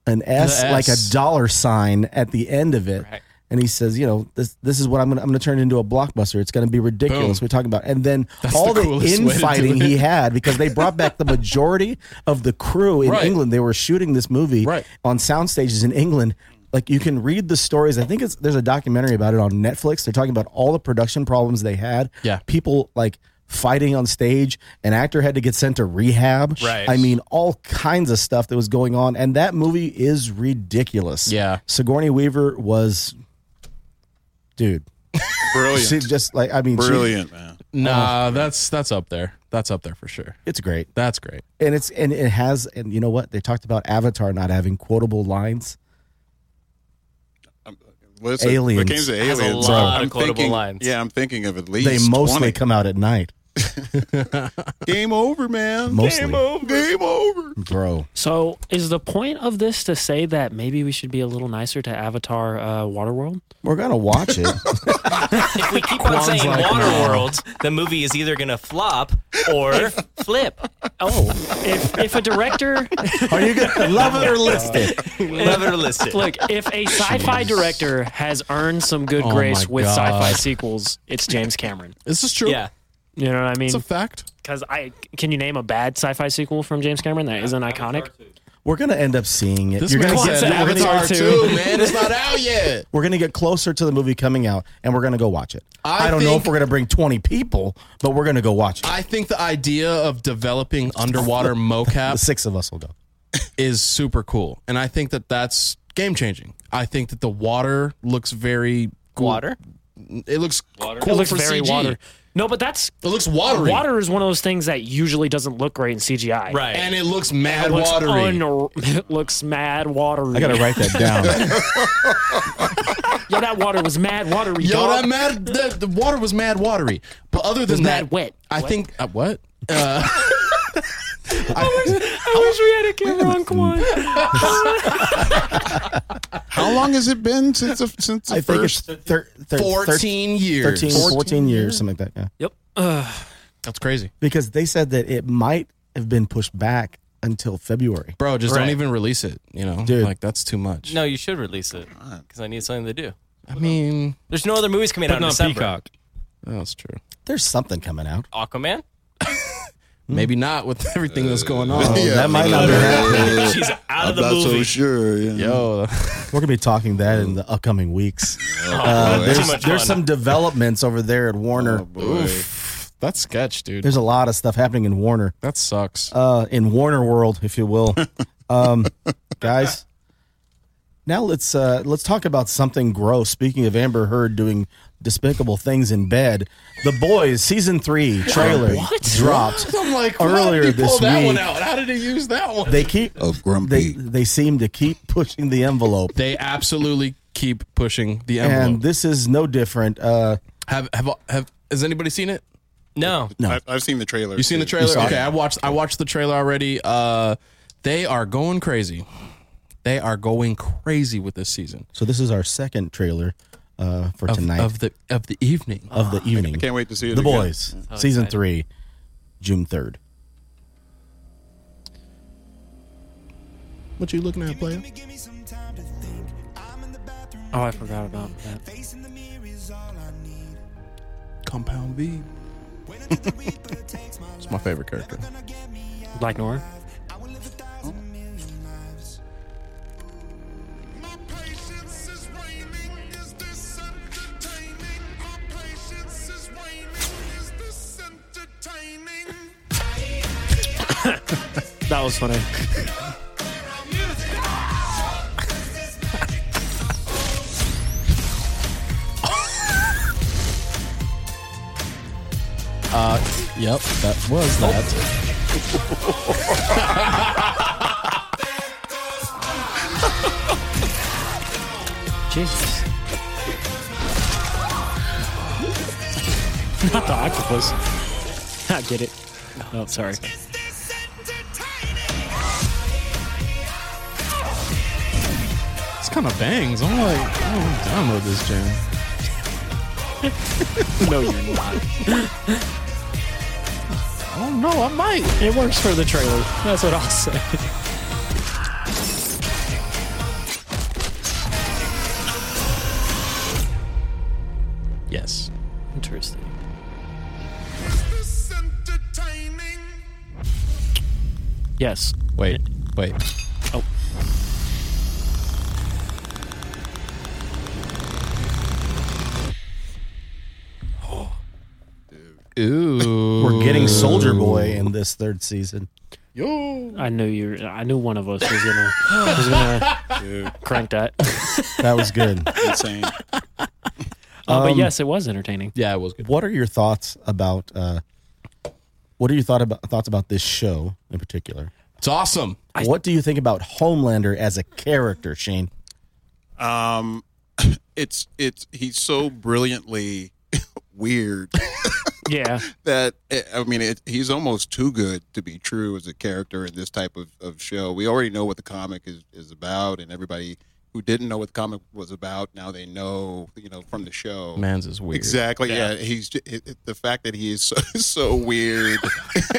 B: an S,
C: The
B: like
C: S.
B: a dollar sign at the end of it. And he says, you know, this this is what I'm gonna I'm gonna turn into a blockbuster. It's gonna be ridiculous.
C: Boom.
B: We're talking about, and then all
C: the
B: the,
C: coolest way to do
B: infighting
C: it.
B: he had because they brought back the majority of the crew in
C: Right.
B: England. They were shooting this movie
C: Right.
B: on sound stages in England. Like you can read the stories. I think it's there's a documentary about it on Netflix. They're talking about all the production problems they had.
C: Yeah.
B: people like fighting on stage. An actor had to get sent to rehab.
E: Right.
B: I mean, all kinds of stuff that was going on, and that movie is ridiculous.
C: Yeah.
B: Sigourney Weaver was, dude.
F: Brilliant.
B: She just like I mean, she-
F: Brilliant, man.
D: Oh.
C: Nah, that's that's up there. That's up there for sure.
B: it's great.
C: That's great.
B: and it's and it has and you know what they talked about avatar not having quotable lines
F: Listen,
B: Aliens.
F: When it came to
E: Has a
F: aliens,
E: lot
F: I'm
E: of quotable
F: thinking,
E: lines.
F: Yeah, I'm thinking of at least
B: they mostly
F: 20.
B: come out at night
F: Game over, man.
B: Mostly.
F: Game over. Game over.
B: bro
D: So, is the point of this to say that maybe we should be a little nicer to Avatar uh, Waterworld?
B: we're gonna watch it
E: If we keep on saying Waterworld, the movie is either going to flop or flip.
D: Oh, if, if a director,
B: are you gonna love it or list it
E: Love it or list it.
D: look, if a sci fi director has earned some good
C: Oh
D: grace
C: my
D: with sci fi
C: God.
D: sequels, it's James Cameron.
C: This is true.
E: Yeah.
D: You know what I mean?
C: It's a fact.
D: Because I can you name a bad sci fi sequel from James Cameron that isn't iconic?
B: we're gonna end up seeing it
C: This
B: You're
C: man
B: gonna
D: said
B: get,
C: said
D: Avatar
B: we're,
C: Avatar
B: gonna,
D: two.
C: 2, man. It's not out yet.
B: we're gonna get closer to the movie coming out and we're gonna go watch it
C: I
B: i, don't know
C: think-
B: if we're gonna bring 20 people but we're gonna go watch it
C: I think the idea of developing underwater mocap
B: the six of us will go
C: is super cool, and I think that that's game changing. I think that the water looks very cool.
E: Water?
C: It looks cool
D: It looks
C: for
D: very
C: CG.
D: water. No, but that's
C: It looks watery.
D: water is one of those things that usually doesn't look great in CGI.
E: Right.
C: and it looks mad
D: It looks,
C: watery.
D: unre- it looks mad watery.
B: i gotta write that down
D: Yo, that water was mad watery.
C: Yo,
D: dog.
C: that mad. The, the water was mad watery. But other than
D: mad
C: that,
D: wet.
C: I
D: What?
C: think uh, what? Uh,
D: I wish we had a camera on Quan.
F: How long has it been since the, since the
B: i think it's
F: first?
B: thir- thir-
C: Fourteen years.
B: 13 14 years something like that yeah
D: Yep.
C: That's crazy,
B: because they said that it might have been pushed back until february
C: bro. Just don't
E: Right.
C: even release it. You know,
B: Dude.
C: like that's too much.
E: No, you should release it because I need something to do.
C: I mean,
E: There's no other movies coming out in December.
C: that's true.
B: there's something coming out
E: Aquaman.
C: Maybe not with everything that's going on.
B: Yeah, oh, that might not be happening.
E: She's out of the
F: Not so
E: movie.
F: sure. Yeah.
C: Yo,
B: We're gonna be talking that in the upcoming weeks. Uh,
E: too
B: there's
E: much
B: there's
E: fun.
B: some developments over there at Warner.
F: Oh, boy.
C: that's sketch, dude.
B: there's a lot of stuff happening in Warner,
C: That sucks.
B: uh, in Warner World, if you will, um, guys. Now let's uh, let's talk about something gross. Speaking of Amber Heard doing despicable things in bed, The Boys season three trailer dropped
C: I'm like, how
B: earlier
C: did he pull
B: this
C: that one
B: week.
C: out? How did he use that one?
B: They keep
F: Of
B: they
F: grumpy.
B: they seem to keep pushing the envelope.
C: They absolutely keep pushing the envelope.
B: and this is no different. Uh,
C: have have have has anybody seen it?
E: No,
B: No.
F: I've, I've seen the trailer.
C: You seen the
F: too.
C: trailer?
B: saw
C: Okay,
B: it.
C: I watched I watched the trailer already. Uh they are going crazy. They are going crazy with this season
B: so this is our second trailer uh, for
C: of,
B: tonight
C: of the of the evening.
B: of the evening.
F: I can't wait to see it.
B: the
F: again. Oh,
B: boys season three, June third.
C: What you looking at, player?
D: Oh, I forgot about that.
C: Compound V. it's my favorite character.
D: Black Noir. That was funny.
C: Yep, that was that.
D: Jesus. Not the octopus. I get it. Oh, sorry.
C: It's kind of bangs. I'm like, I don't download this jam.
D: No, you're not.
C: Oh no, I might.
D: It works for the trailer. That's what I'll say.
C: Yes.
D: Interesting. Yes.
C: Wait, wait.
D: Oh.
C: Ooh.
B: We're getting Soldier Boy in this third season.
C: Yo.
D: I knew you. were- I knew one of us was gonna was gonna crank that.
B: That was good.
F: Insane.
D: Uh, but yes, it was entertaining.
C: Yeah, it was good.
B: what are your thoughts about? Uh, what are your thought about thoughts about this show in particular?
C: It's awesome.
B: what do you think about Homelander as a character, Shane?
F: Um, it's it's he's so brilliantly weird
D: Yeah.
F: that eh, I mean it, he's almost too good to be true as a character in this type of, of show. We already know what the comic is, is about, and everybody who didn't know what the comic was about now they know you know from the show.
C: Man's is weird.
F: Exactly. Yeah, he's j- it, it- the fact that he is so, so weird.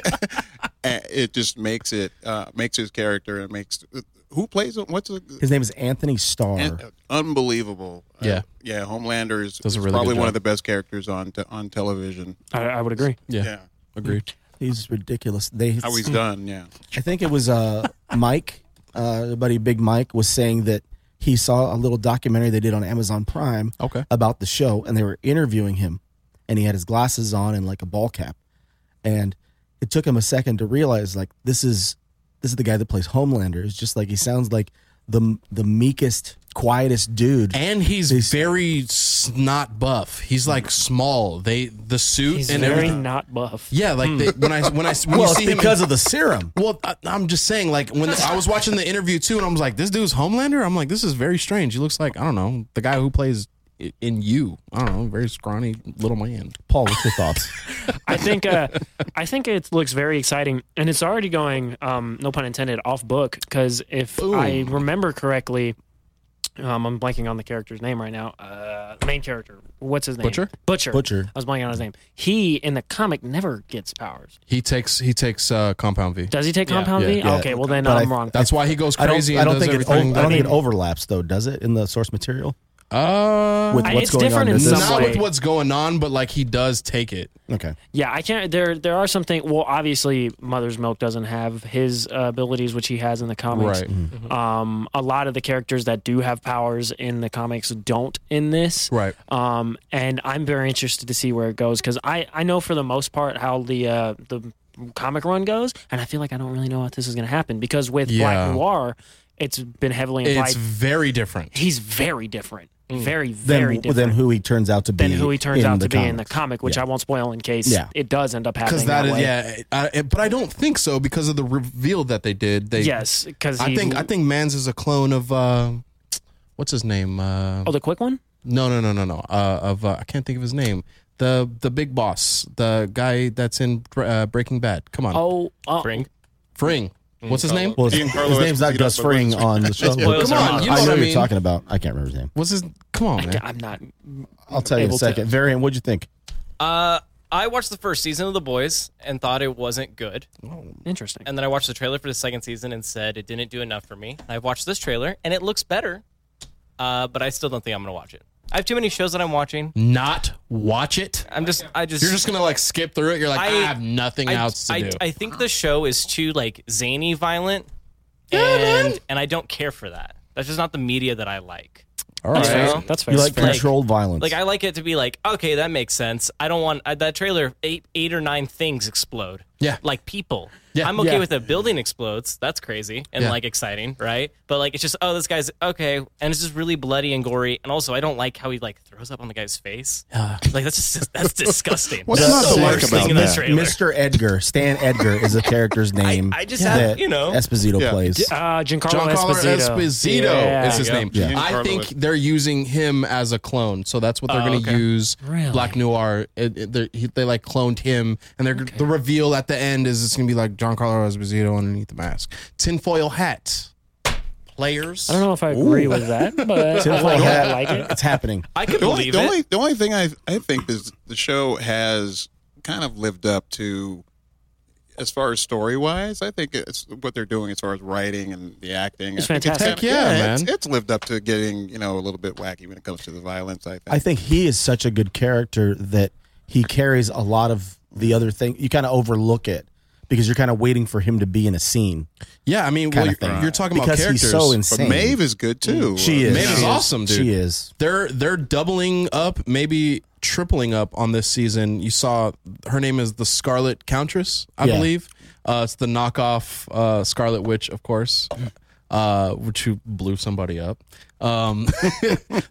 F: eh, it just makes it uh, makes his character and makes who plays him. What's the,
B: His name is Anthony Starr.
F: and- unbelievable. Uh,
C: Yeah.
F: yeah. Homelander is,
C: Does a
F: is
C: really good
F: probably
C: job.
F: one of the best characters on te- on television.
D: I, I would agree.
C: Yeah.
F: Yeah,
C: Agreed.
B: He's ridiculous. They,
F: how
C: Hmm.
F: he's done. Yeah,
B: I think it was uh, Mike, uh, our buddy Big Mike, was saying that he saw a little documentary they did on Amazon Prime
C: Okay.
B: about the show, and they were interviewing him, and he had his glasses on and like a ball cap, and it took him a second to realize like this is this is the guy that plays Homelander. It's just like he sounds like the the meekest, quietest dude.
C: And he's, very s- not buff. He's like small. They the suit
D: He's
C: and
D: very
C: everything.
D: not buff.
C: Yeah, like they, when I when I when
B: well,
C: you
B: it's
C: see him
B: because of the serum.
C: Well, I, I'm just saying, like when I was watching the interview too, and I was like, "This dude's Homelander." I'm like, "This is very strange." He looks like I don't know the guy who plays i- in you. I don't know, very scrawny little man.
B: Paul, what's your thoughts?
D: I think uh, I think it looks very exciting, and it's already going, um, no pun intended, off book. Because if I
C: Boom.
D: remember correctly, um, I'm blanking on the character's name right now. Uh, main character, what's his name?
C: Butcher?
D: Butcher.
B: Butcher.
D: I was blanking on his name. He in the comic never gets powers.
C: He takes he takes uh, Compound V.
D: Does he take Compound
C: yeah,
D: V?
B: yeah.
D: okay, well then
B: But
D: I'm
B: I-
D: wrong.
C: That's why he goes
B: I don't,
C: crazy.
B: I don't
C: and does
B: think it.
C: everything.
B: o- I don't think it
D: that-
B: overlaps though, does it? In the source material
C: uh,
B: with
D: I-
B: what's
D: it's
B: going
D: different
B: on.
D: in
B: Does this-
D: some
C: not
D: way.
C: with what's going on, but like he does take it.
B: Okay.
D: Yeah, I can't. There, there are some things. Well, obviously, Mother's Milk doesn't have his uh, abilities, which he has in the comics.
C: Right.
D: Um, a lot of the characters that do have powers in the comics don't in this.
C: Right.
D: Um, and I'm very interested to see where it goes because I, I know for the most part how the uh, the comic run goes, and I feel like I don't really know what this is going to happen because with
C: Yeah.
D: Black Noir, it's been heavily implied
C: It's very different.
D: he's very different, very very
B: Then,
D: different
B: then who he turns out to be?
D: than who he turns
B: in
D: out
B: the
D: to be in the comic, which I won't spoil in case
B: Yeah.
D: it does end up
C: Because
D: happening
C: that
D: that
C: is
D: way.
C: yeah, I, I- but I don't think so because of the reveal that they did. They
D: Yes, because
C: I think I think Mans is a clone of uh, what's his name? Uh,
D: oh, the quick one.
C: No, no, no, no, no. Uh, of uh, I can't think of his name. The the big boss, the guy that's in uh, Breaking Bad. Come on.
D: Oh, uh,
E: Fring.
C: Fring. What's his name?
B: Well, his, his name's not Gus Fring on the show.
E: Come on,
B: I
E: you
B: know
E: know what
B: you're
E: I mean.
B: talking about. I can't remember his name.
C: What's his? Come on, man.
D: I, am not.
B: I'll tell you in a
D: Able to-
B: second. Variant, what'd you think?
E: Uh, I watched the first season of The Boys and thought it wasn't good.
D: Interesting.
E: And then I watched the trailer for the second season and said it didn't do enough for me. I've watched this trailer and it looks better, uh, but I still don't think I'm going to watch it. I have too many shows that I'm watching.
C: Not watch it.
E: I'm just, I just,
C: Mm. You're just gonna like skip through it. You're like, I,
E: I-
C: have nothing
E: I,
C: else to
E: I,
C: do.
E: I think the show is too like zany, violent, and and I don't care for that. That's just not the media that I like.
B: All
D: That's
E: right.
D: fair. That's fair.
B: You like
E: fair.
B: controlled violence.
E: Like I like it to be like, okay, that makes sense. I don't want I, that trailer. Eight, eight or nine things explode.
C: Yeah.
E: like people.
C: Yeah.
E: I'm okay
C: Yeah.
E: with a building explodes. That's crazy and
C: Yeah.
E: like exciting, right? But like, it's just oh, this guy's okay, and it's just really bloody and gory. And also, I don't like how he like throws up on the guy's face. like that's just that's disgusting.
F: What's
E: that's
F: not
E: the
F: to like
E: worst
F: about
E: thing in the
F: that?
E: trailer.
B: Mr. Edgar, Stan Edgar is the character's name.
E: I just have-
B: that
E: you know.
B: Esposito
F: Yeah.
B: plays.
D: Uh, Giancarlo
C: John Carlo
D: Esposito.
C: Esposito
D: Yeah.
C: is his
E: Yeah.
C: name.
F: Yeah.
C: I
F: Giancarlo
C: think
F: is-
C: they're using him as a clone, so that's what they're
E: Oh,
C: going to
E: okay.
C: use.
D: Really?
C: Black Noir. It, it- they're- he- they like cloned him, and they're, the reveal at the end is it's going to be like John Carlo Esposito underneath the mask, tinfoil hat, players.
D: I don't know if I agree with that, but I
B: Tinfoil
D: like, it.
B: hat.
D: I like it.
B: It's happening.
E: I could
F: The only,
E: believe
F: the
E: it.
F: only the only thing I I think is the show has kind of lived up to as far as story wise. I think it's what they're doing as far as writing and the acting.
D: It's
F: I think
D: fantastic.
F: kinda-
C: Heck yeah,
F: it's-
C: man.
F: It's, lived up to getting you know a little bit wacky when it comes to the violence. I think.
B: I think he is such a good character that he carries a lot of the other thing. You kind of overlook it because you're kind of waiting for him to be in a scene.
C: Yeah, I mean, well,
B: Kinda
C: you're,
B: thing.
C: you're talking about
B: because
C: characters.
B: he's so
F: but
B: insane.
F: Maeve is good too. Uh,
B: she is.
C: Maeve Mm, is
B: She
C: awesome, dude.
B: She is.
C: they're they're doubling up, maybe tripling up on this season. You saw her name is the Scarlet Countess, I
B: Yeah.
C: believe. Uh, it's the knockoff uh, Scarlet Witch, of course, uh, which who blew somebody up. Um,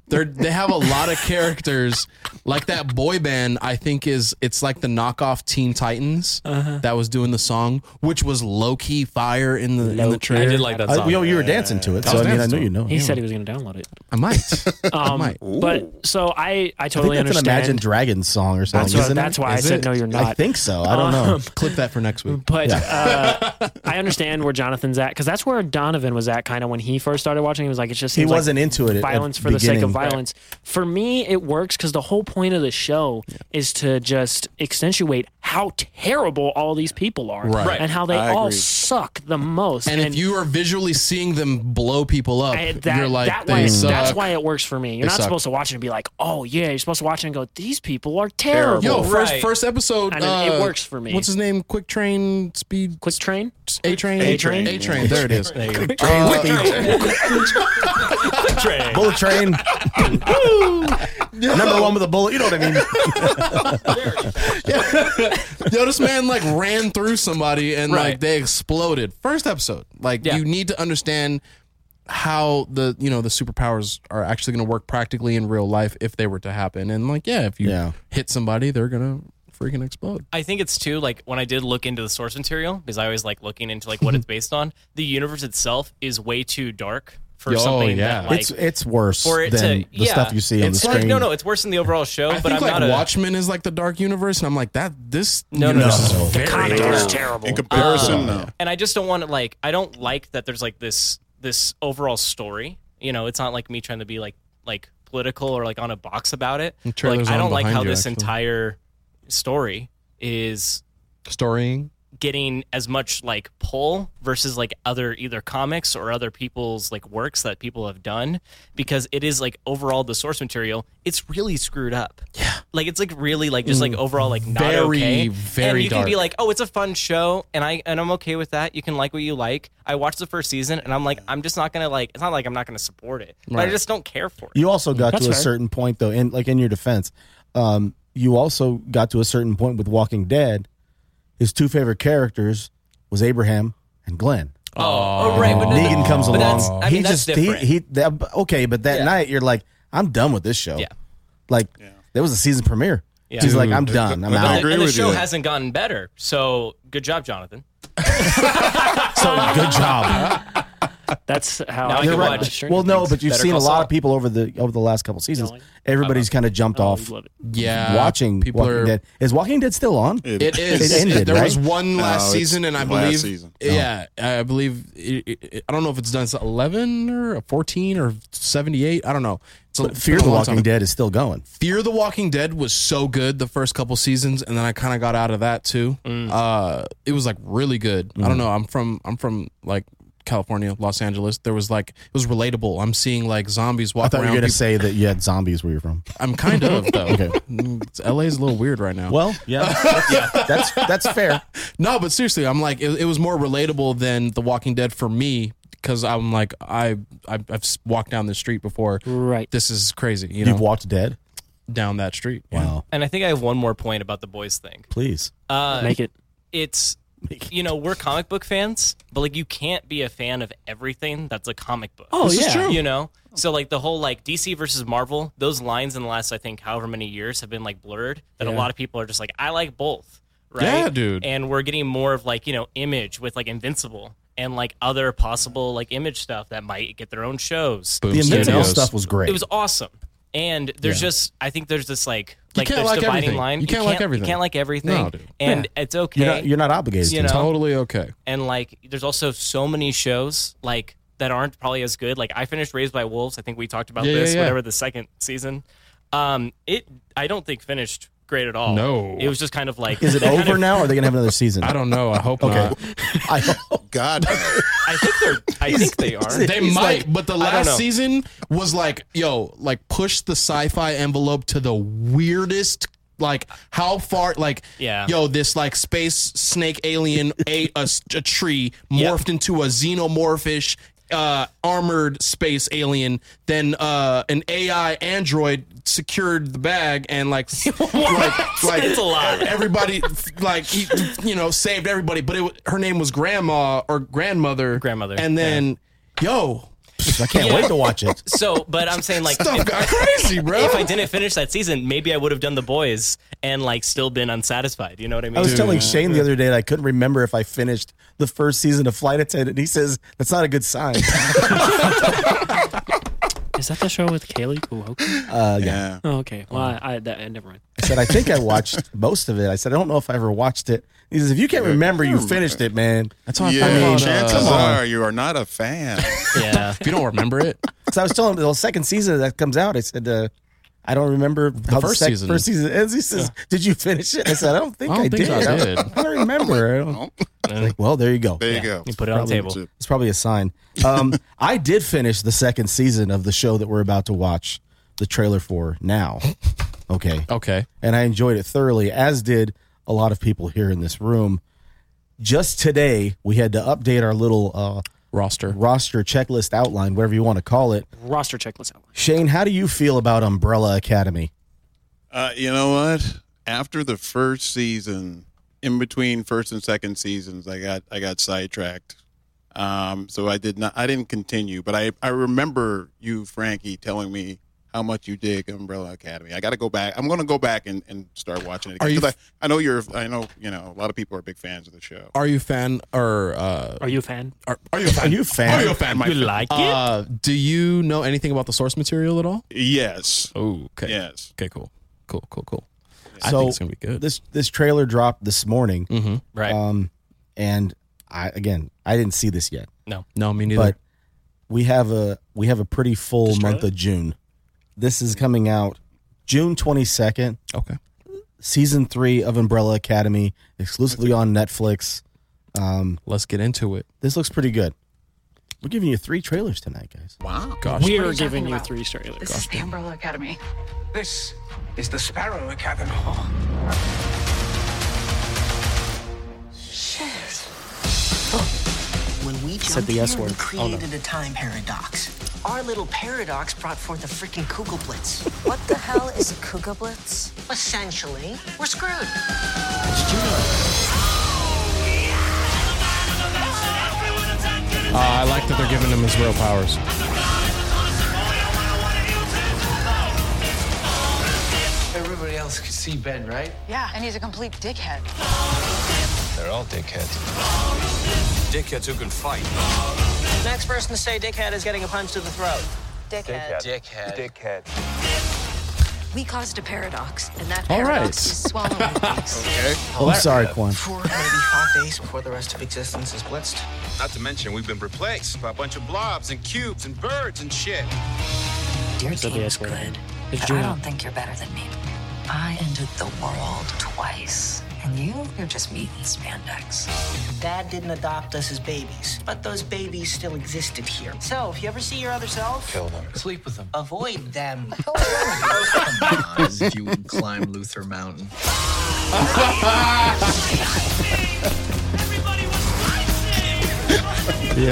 C: they're they have a lot of characters like that boy band. I think is it's like the knockoff Teen Titans
E: Uh-huh.
C: that was doing the song, which was low key fire in the in the trailer.
E: I did like that
B: I,
E: song.
B: Uh, you, know, you were dancing to it,
C: I
B: so I
C: was
B: mean, I
C: dancing
B: knew
C: to it.
B: you know.
D: He
B: it.
D: said he was going to download it.
C: I might.
E: Um,
C: I might.
D: But so I, I
B: I think
D: totally
B: that's an
D: understand.
B: Imagine Dragons song or something.
D: That's, why,
B: isn't it?
D: that's why I
C: Is
D: said
C: it?
D: no. You're not. Um,
B: I think so. I don't know.
C: Clip that for next week.
D: But uh, I understand where Jonathan's at because that's where Donovan was at kind of when he first started watching. He was like, it just
B: He
D: seems like
B: wasn't into it at- at
D: Violence for the sake of
B: beginning. Right.
D: violence. For me, it works because the whole point of the show is to just accentuate how terrible all these people are
C: Right. Right.
D: and how they
F: I
D: all
F: agree.
D: suck the most.
C: and, if you are visually seeing them blow people up,
D: I- that,
C: you're like,
D: that
C: they
D: why,
C: suck.
D: that's why it works for me. You're
C: They
D: not
C: suck.
D: supposed to watch it and be like, oh yeah. You're supposed to watch it and go, these people are terrible.
C: Yo, first
E: Right.
C: first episode,
D: And it- it
C: uh,
D: works for me.
C: What's his name? Quick Train Speed.
D: Quick train.
C: A train,
F: A Train.
C: A train. There it is.
E: Train.
B: Bullet Train. Number one with a bullet. You know what I mean?
C: Yo, this man like ran through somebody and like
E: Right.
C: they exploded. First episode. Like
E: Yeah.
C: you need to understand how the you know the superpowers are actually going to work practically in real life if they were to happen. And like yeah, if you
B: Yeah.
C: hit somebody, they're gonna freaking explode.
E: I think it's too like when I did look into the source material because I always like looking into like what it's based on. The universe itself is way too dark for
C: Yo,
E: something
C: Oh, yeah.
E: that like
B: it's it's worse
E: for it
B: than
E: to
B: the stuff you see on
E: it's
B: the
E: like,
B: screen.
E: No, no, it's worse than the overall show.
C: I
E: but
C: think
E: I'm
C: like
E: not
C: Watchmen is like the dark universe, and I'm like that. This
E: a no, no,
C: universe
E: no.
C: is
D: The comic is terrible.
F: in comparison.
C: Uh,
E: Um,
F: no.
E: And I just don't want to like I don't like that there's like this this overall story. You know, it's not like me trying to be like like political or like on a box about it.
C: The
E: Like
C: trailer's
E: I
C: on
E: don't like
C: behind
E: how
C: you,
E: this
C: actually.
E: entire story is
C: storying.
E: getting as much like pull versus like other either comics or other people's like works that people have done because it is like overall the source material it's really screwed up yeah like it's like really like just like overall like not
C: Very,
E: okay and
C: very
E: you can be
C: dark.
E: like oh it's a fun show and i and i'm okay with that you can like what you like i watched the first season and i'm like i'm just not gonna like it's not like i'm not gonna support it but
C: Right.
E: i just don't care for it
B: You also got
D: That's
B: to a
D: fair.
B: certain point though, in like in your defense, um, you also got to a certain point with Walking Dead. His two favorite characters was Abraham and Glenn.
E: oh, oh, right but no, no.
B: Negan comes
E: but
B: along.
E: that's, I mean,
B: he
E: that's
B: just he,
E: different.
B: he that, okay, but that
E: Yeah.
B: night you're like, I'm done with this show.
E: Yeah.
B: Like there was a season premiere.
E: Yeah.
B: He's like, I'm
F: Dude,
B: done. I'm
F: but
E: And
B: out.
E: the-
F: agree
E: and the
F: with you
E: show
F: there.
E: hasn't gotten better so good job jonathan
B: So good job.
D: That's how
E: Now I
B: You're
E: can
B: right.
E: watch Stranger
B: Well, no,
E: Things.
B: but you've
E: Better
B: seen a
E: Call
B: lot
E: Saul.
B: of people over the over the last couple seasons.
E: Yelling.
B: Everybody's kind of jumped off.
E: love it.
C: Yeah,
B: watching
C: uh, people
B: Walking
C: are-
B: Dead. Is Walking Dead still on?
C: It is.
B: It ended.
C: there
B: right?
C: was one last
F: No, it's
C: season, and I
F: the last
C: believe.
F: season.
C: Yeah, I believe. It, it- it- I don't know if it's done since eleven or fourteen or seventy-eight. I don't know. It's a,
B: But Fear
C: it's
B: the
C: been a long
B: Walking
C: time.
B: Dead is still going.
C: Fear the Walking Dead was so good the first couple seasons, and then I kind of got out of that too.
E: Mm.
C: Uh, it was like really good. I
B: Mm.
C: don't know. I'm from I'm from like California, Los Angeles. There was like it was relatable. I'm seeing like zombies
B: I
C: walking
B: thought you were
C: around.
B: going to
C: people-
B: say that you had zombies where you're from.
C: I'm kind of though.
B: Okay.
C: LA's a little weird right now.
B: Well, yeah, that's, yeah, that's that's fair.
C: No, but seriously, I'm like, it, it was more relatable than The Walking Dead for me because I'm like, I, I I've s- walked down the street before.
D: Right.
C: This is crazy. You
B: You
C: know,
B: have walked dead.
C: down that street.
B: Wow,
E: And I think I have one more point about the boys thing.
B: please.
E: Uh,
D: Make it.
E: it's you know we're comic book fans but like you can't be a fan of everything that's a comic book
D: Oh, This is yeah. true.
E: you know so like the whole like dc versus marvel those lines in the last i think however many years have been like blurred that a lot of people are just like i like both right
C: Yeah, dude.
E: and we're getting more of like you know image with like invincible and like other possible like image stuff that might get their own shows
C: Boom
B: The Invincible
C: Studios.
B: stuff was great.
E: it was awesome and there's just i think there's this like like
C: can't
E: there's
C: like
E: dividing
C: everything.
E: line
C: You can't like everything.
E: you can't like everything
C: No, dude.
E: and it's okay
B: You're not, you're not obligated.
E: You
B: to.
E: know?
C: Totally okay.
E: and like there's also so many shows like that aren't probably as good. Like I finished Raised by Wolves. I think we talked about
C: Yeah,
E: this
C: yeah, yeah.
E: whatever the second season. Um, it I don't think finished great at all.
C: No.
E: it was just kind of like
B: Is it over now? Or are they going to have another season?
C: I don't know. I hope not.
B: I,
F: God,
E: I think they're. I think they are.
C: They
B: He's
C: might,
B: like,
C: but the
E: don't
C: last
E: know.
C: season was like, yo, like push the sci-fi envelope to the weirdest. Like how far? Like
E: Yeah.
C: yo, this like space snake alien ate a, s- a tree, morphed into a xenomorphish uh, armored space alien. Then uh, an AI android secured the bag and like s- like like
E: It's a lot.
C: Everybody like he, you know saved everybody, but it wa- her name was grandma or grandmother.
E: Grandmother,
C: and then yo,
B: I can't wait to watch it.
E: So, but I'm saying like.
C: stuff
E: If,
C: got crazy, bro.
E: if I didn't finish that season, maybe I would have done the boys and like still been unsatisfied. You know what I mean?
B: I was telling Shane the other day that I couldn't remember if I finished the first season of Flight Attendant. And he says that's not a good sign.
D: Is that the show with Kaylee Cuoco?
B: Uh, yeah.
F: yeah.
D: Oh, okay. Well, I, I that, never mind.
B: I said I think I watched most of it. I said I don't know if I ever watched it. He says if you can't remember, you finished it, man. That's
C: how I
F: Yeah,
C: felt about,
F: chances
C: uh,
F: are you are not a fan.
E: yeah,
C: If you don't remember it,
B: So I was telling him the second season that comes out. I said. Uh, I don't remember how
C: first
B: sec-
C: season.
B: First season ends. He says, "Did you finish it?" I said, "I don't think
C: I
B: I,
C: don't think
B: did.
C: I did.
B: I don't remember." I don't- I was like, well, there you go.
F: There you go.
E: you put it on the
B: Probably
E: table.
F: too.
B: It's probably a sign. Um, I did finish the second season of the show that we're about to watch the trailer for now. Okay.
C: okay.
B: And I enjoyed it thoroughly, as did a lot of people here in this room. Just today, we had to update our little uh,
C: Roster.
B: roster checklist outline, whatever you want to call it.
D: Roster checklist outline.
B: Shane, how do you feel about Umbrella Academy?
F: Uh, you know what? After the first season, in between first and second seasons, I got I got sidetracked. Um, so I did not I didn't continue, but I I remember you, Frankie, telling me how much you dig Umbrella Academy. I got to go back. I'm going to go back and, and start watching it.
C: Are you-
F: 'Cause I, I know you're. I know you know a lot of people are big fans of the show.
C: Are you a fan or uh,
D: Are you a fan?
C: are, are you a fan?
B: Are you a fan?
C: Are you a fan? My friend?
E: like
C: Uh, do you know anything about the source material at all?
F: Yes.
C: Oh, okay.
F: Yes.
C: Okay, cool, cool, cool, cool. I
B: So
C: think it's gonna be good.
B: This this trailer dropped this morning,
C: mm-hmm.
E: right?
B: um, and I again I didn't see this yet.
C: No, me neither.
B: but we have a we have a pretty full month of June. This is coming out June twenty second,
C: okay.
B: season three of Umbrella Academy, exclusively on Netflix. Um,
C: Let's get into it.
B: this looks pretty good. We're giving you three trailers tonight, guys.
F: Wow.
C: Gosh.
D: We are
K: are you
D: giving
K: talking
D: you
K: about?
D: three trailers.
K: This is the Umbrella Academy.
G: This is the Sparrow Academy.
L: When we jumped
D: Said the S
L: here,
D: word.
L: we created a time paradox. Our little paradox brought forth a freaking Kugelblitz.
K: What the hell is a Kuga Blitz?
L: Essentially, we're screwed.
C: Uh, I like that they're giving him his real powers.
G: Everybody else could see Ben, right?
K: Yeah, and he's a complete dickhead.
G: They're all dickheads. Dickheads who can fight.
L: Next person to say dickhead is getting a punch to the throat.
K: Dickhead.
L: Dickhead.
G: Dickhead.
K: We caused a paradox, and that
B: All right.
K: paradox is swallowing things.
G: Okay.
B: Oh, I'm sorry, Quan.
L: Four, maybe five days before the rest of existence is blitzed.
G: Not to mention, we've been replaced by a bunch of blobs and cubes and birds and shit.
K: Your
D: So
K: team's
D: the-
K: good,
D: it's
K: but I
D: Juno.
K: don't think you're better than me. I entered the world twice, and you, you're just meat and spandex.
L: Dad didn't adopt us as babies, but those babies still existed here. So if you ever see your other self,
M: Kill them. Sleep with them.
L: avoid them.
M: As if you would climb Luther Mountain.
B: Yo.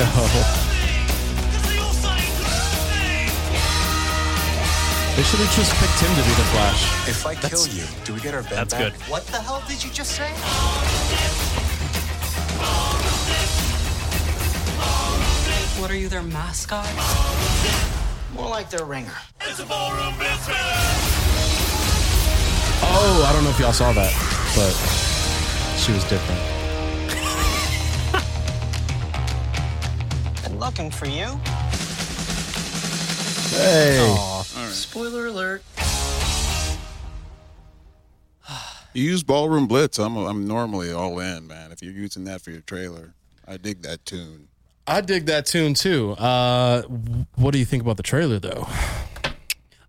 C: They should have just picked him to be the Flash.
M: If I kill you, do we get our bed
C: That's
M: back?
C: good.
L: What the hell did you just say?
K: What are you, their mascot?
L: More like their ringer.
B: Oh, I don't know if y'all saw that, but she was different.
L: Been looking for you.
B: Hey.
M: Spoiler alert.
F: You use Ballroom Blitz. I'm I'm normally all in, man. If you're using that for your trailer, I dig that tune.
C: I dig that tune too. Uh, what do you think about the trailer though?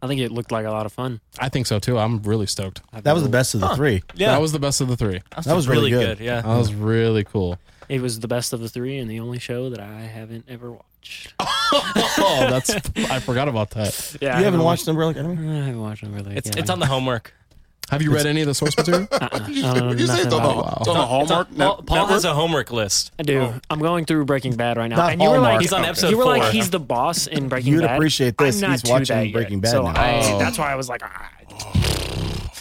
D: I think it looked like a lot of fun.
C: I think so too. I'm really stoked.
B: That was the best of the Huh. three.
C: Yeah, that was the best of the three.
D: That That was was really really good. good, yeah.
C: that was really cool.
D: It was the best of the three and the only show that I haven't ever watched.
C: Oh, that's I forgot about that.
D: Yeah,
B: you haven't watched Umbrella Academy?
D: I haven't watched Umbrella Academy.
E: It's, it's on the homework.
C: Have you read any of the source material?
D: I don't know nothing about it.
E: It's on- it's on- Paul, Paul has a homework list.
D: I do.
B: Oh.
D: I'm going through Breaking Bad right now.
E: Not
D: and you were
E: Hallmark.
D: like,
E: He's on episode
D: You were
E: four.
D: like, he's the boss in Breaking
B: You'd
D: Bad.
B: appreciate this.
D: I'm not
B: He's
D: to
B: watching
D: that yet.
B: Breaking Bad
D: so
B: now.
D: I,
B: Oh.
D: that's why I was like, ah.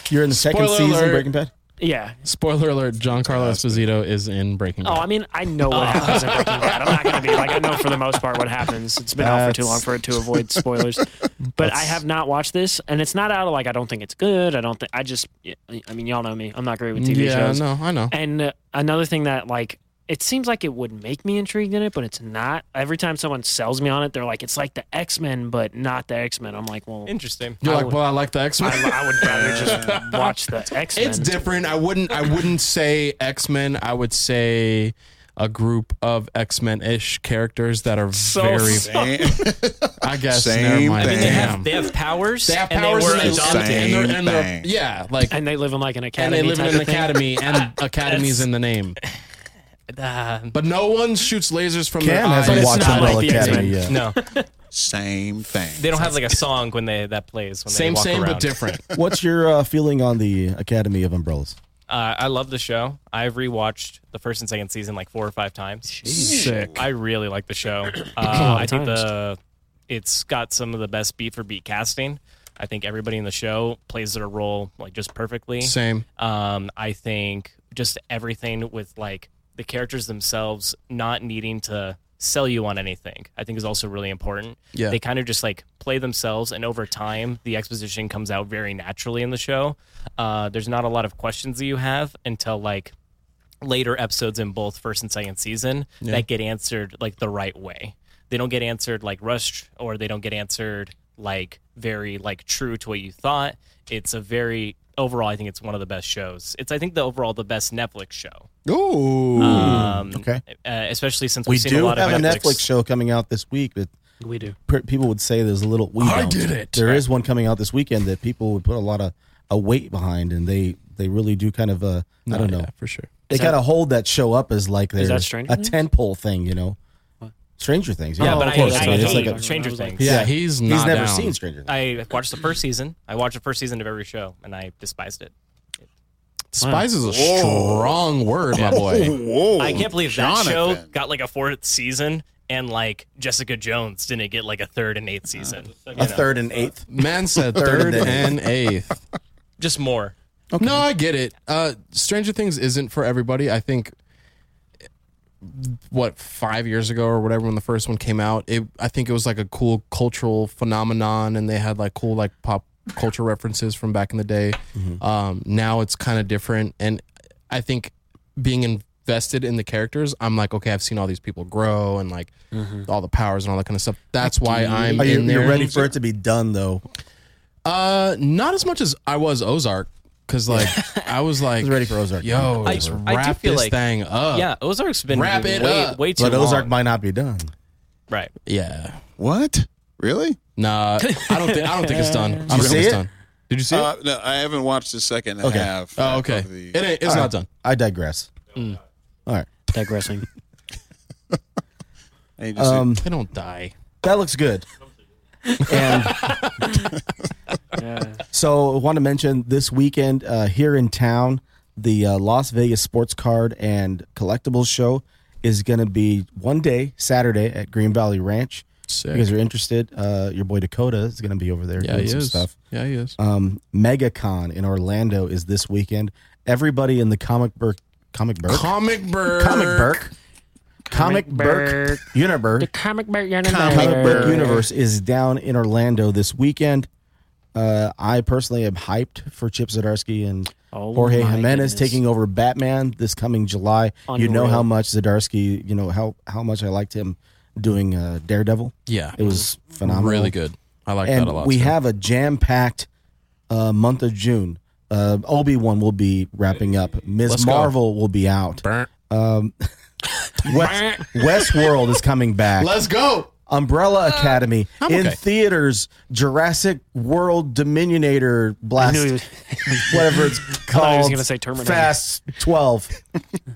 B: You're in the second
D: Spoiler
B: season
D: alert.
B: Breaking Bad.
D: yeah.
C: Spoiler alert: John Carlo Esposito is in Breaking
D: Oh,
C: Bad.
D: I mean, I know what happens in Breaking Bad. I'm not going to be like, I know for the most part what happens. It's been out for too
C: That's-
D: long for it to avoid spoilers. But I have not watched this, and it's not out of like I don't think it's good. I don't think I just. I mean, y'all know me. I'm not great with TV
C: Yeah,
D: shows.
C: no, I know.
D: And uh, another thing that like it seems like it would make me intrigued in it, but it's not. Every time someone sells me on it, they're like, it's like the X Men, but not the X Men. I'm like, well,
E: interesting.
C: You're
D: I
C: like,
D: would-
C: well, I like the X Men.
D: I, I would rather just watch the X Men.
C: It's different. I wouldn't. I wouldn't say X Men. I would say a group of X Men ish characters that are
E: So
C: very.
E: sorry.
C: I guess.
E: I
C: Never
E: mean,
C: mind.
E: they have
C: Damn.
E: they have powers.
C: They have
E: and
C: powers
E: They were
C: and they-
E: adopted.
C: and they're- and they're-
E: Same thing.
C: yeah, like
D: and they live in like an
C: and
D: academy.
C: they live in
D: type
C: an
D: of thing.
C: academy, and academy's in the name. but no one shoots lasers from their
B: Cam
C: eyes.
B: hasn't watched
E: Ah. not
B: Umbrella
E: like the
B: Academy yet.
E: X-Men. No,
F: Same thing.
E: they don't have like a song when they that plays. When
C: Same,
E: they walk
C: same, but
E: around.
C: different.
B: What's your uh, feeling on the Academy of Umbrellas?
E: Uh, I love the show. I've rewatched the first and second season like four or five times.
C: Sick.
E: I really like the show.
D: A
E: Uh,
D: lot
E: I
D: of
E: think
D: times.
E: the it's got some of the best beat for beat casting. I think everybody in the show plays their role like just perfectly.
C: Same.
E: Um, I think just everything with like the characters themselves not needing to sell you on anything, I think is also really important.
C: Yeah.
E: They kind of just like play themselves, and over time, the exposition comes out very naturally in the show. Uh, there's not a lot of questions that you have until like later episodes in both first and second season
C: Yeah.
E: that get answered like the right way. They don't get answered like rushed or they don't get answered like very like true to what you thought. It's a very overall I think it's one of the best shows. It's I think the overall the best Netflix show.
B: Ooh.
D: Mm.
E: Um
B: Hmm. okay.
E: uh, especially since
B: We
E: we've seen a
B: do
E: lot
B: have
E: of
B: a
E: Netflix,
B: Netflix show coming out this week that
D: We do.
B: per- people would say there's a little. We
C: I
B: don't.
C: did it.
B: There is one coming out this weekend that people would put a lot of a weight behind, and they they really do kind of uh, I don't know.
C: Yeah, for sure.
B: They
D: Is
B: kind
D: that-
B: of hold that show up as like
D: Is
B: their,
D: that Stranger
B: a
D: Things?
B: tentpole thing, you know. Stranger Things. Yeah,
E: Yeah,
B: Oh,
E: but
B: of
E: I-
B: course.
E: I
B: mean, it's
E: hate
B: like a,
E: Stranger Things.
C: Yeah, he's not
B: he's never
C: down.
B: seen Stranger Things.
E: I watched the first season. I watched the first season of every show and I despised it.
C: Spies is a
F: Whoa.
C: strong word, my boy.
F: Whoa!
E: I can't believe that show
F: Jonathan.
E: got like a fourth season and like Jessica Jones didn't get like a third and eighth season.
B: A third and eighth.
C: Man said
B: Third
C: third and
B: and
C: eighth.
E: Just more.
C: No, I get it. Uh, Stranger Things isn't for everybody. I think what five years ago or whatever when the first one came out, it I think it was like a cool cultural phenomenon, and they had like cool like pop culture references from Mm-hmm. back in the day. Um, now it's kind of different, and I think being in invested in the characters, I'm like, okay, I've seen all these people grow and like all the powers and all that kind of stuff. That's why I'm
B: Are you,
C: in
B: you're
C: there.
B: ready for it to be done though?
C: Uh, not as much as I was Ozark, because like I was like ready for Ozark. Yo,
E: I-
C: let's
E: I do
C: wrap
E: feel
C: this
E: like-
C: thing up.
E: yeah, Ozark's been
C: wrap it
E: way-
C: up.
E: way too
B: but Ozark
E: long.
B: might not be done.
E: right.
C: Yeah.
F: What? Really?
C: Nah, I don't think I don't think it's done. I don't
F: you
C: think
F: see
C: it's
F: it?
C: done. Did you see
F: Uh, no, I haven't watched the second
C: Okay.
F: half.
C: Oh, okay.
F: of the-
C: It ain't- it's
B: All
C: not
B: right.
C: done.
B: I digress. All right.
D: Digressing.
F: I need to see-
B: Um,
C: it? They don't die.
B: that looks good. and so I want to mention this weekend uh, here in town, the uh, Las Vegas Sports Card and Collectibles Show is going to be one day, Saturday, at Green Valley Ranch.
C: Sick.
B: If you guys are interested, uh, your boy Dakota is going to be over there
C: Yeah,
B: doing
C: he
B: some
C: is.
B: stuff.
C: Yeah, he is.
B: Um, MegaCon in Orlando is this weekend. Everybody in the comic book, comic book,
C: Comic Burke.
B: comic Burke. Comic Burke Universe.
D: comic book
B: Comic Book Universe is down in Orlando this weekend. Uh, I personally am hyped for Chip Zdarsky and
D: Oh,
B: Jorge
D: my
B: Jimenez
D: goodness.
B: taking over Batman this coming July. You know
D: Unreal.
B: how much Zdarsky, you know how how much I liked him doing uh, Daredevil.
C: Yeah.
B: it was phenomenal.
C: Really good. I like
B: and
C: that a lot.
B: we
C: too.
B: have a jam packed uh, month of June. Uh, Obi Wan will be wrapping up. Ms.
C: Let's go.
B: Marvel will be out. Um, West, Westworld is coming back.
C: Let's go.
B: Umbrella Academy
C: I'm
B: in
C: okay.
B: theaters, Jurassic World Dominator Blast,
D: I knew he was-
B: whatever it's
D: thought he was
B: called.
D: gonna say Terminator.
B: Fast Twelve.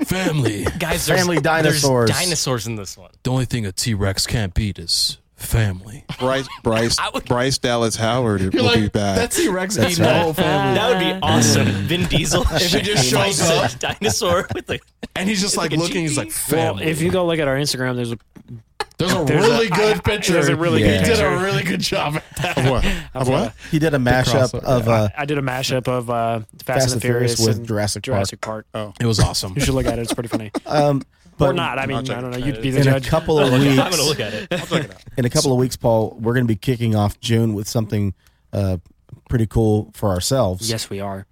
C: family.
E: Guys, there's,
B: Family
E: there's
B: dinosaurs.
E: dinosaurs in this one.
C: The only thing a T Rex can't beat is family.
F: Bryce Bryce Bryce Dallas Howard will be back.
C: T Rex
B: That's
C: family.
B: right.
E: That would be awesome. Vin Diesel if
C: he just shows up.
E: dinosaur with the
C: And he's just like
E: a
C: looking, he's
E: GP.
C: like
D: Well,
C: family.
D: if you go look at our Instagram, there's a
C: there's a
D: there's
C: really
D: a-
C: good picture.
D: there's a really
B: Yeah.
C: He did
D: good picture.
C: a really good job at that.
F: Of what? Of
D: Uh,
F: what?
B: He did a mashup
C: crossover.
B: of uh,
D: I did a mashup of uh, Fast, and the Furious,
B: with
D: and
B: Jurassic Park.
D: Jurassic Park.
C: It was awesome.
D: You should look at it; it's pretty funny.
B: um, but
D: or not? I mean, I
F: check
D: don't know.
F: it.
D: You'd be the
B: in a
D: judge.
B: couple of
E: I'm
B: weeks,
E: gonna look at it.
B: in a couple of weeks, Paul, we're going to be kicking off June with something uh, pretty cool for ourselves.
D: Yes, we are.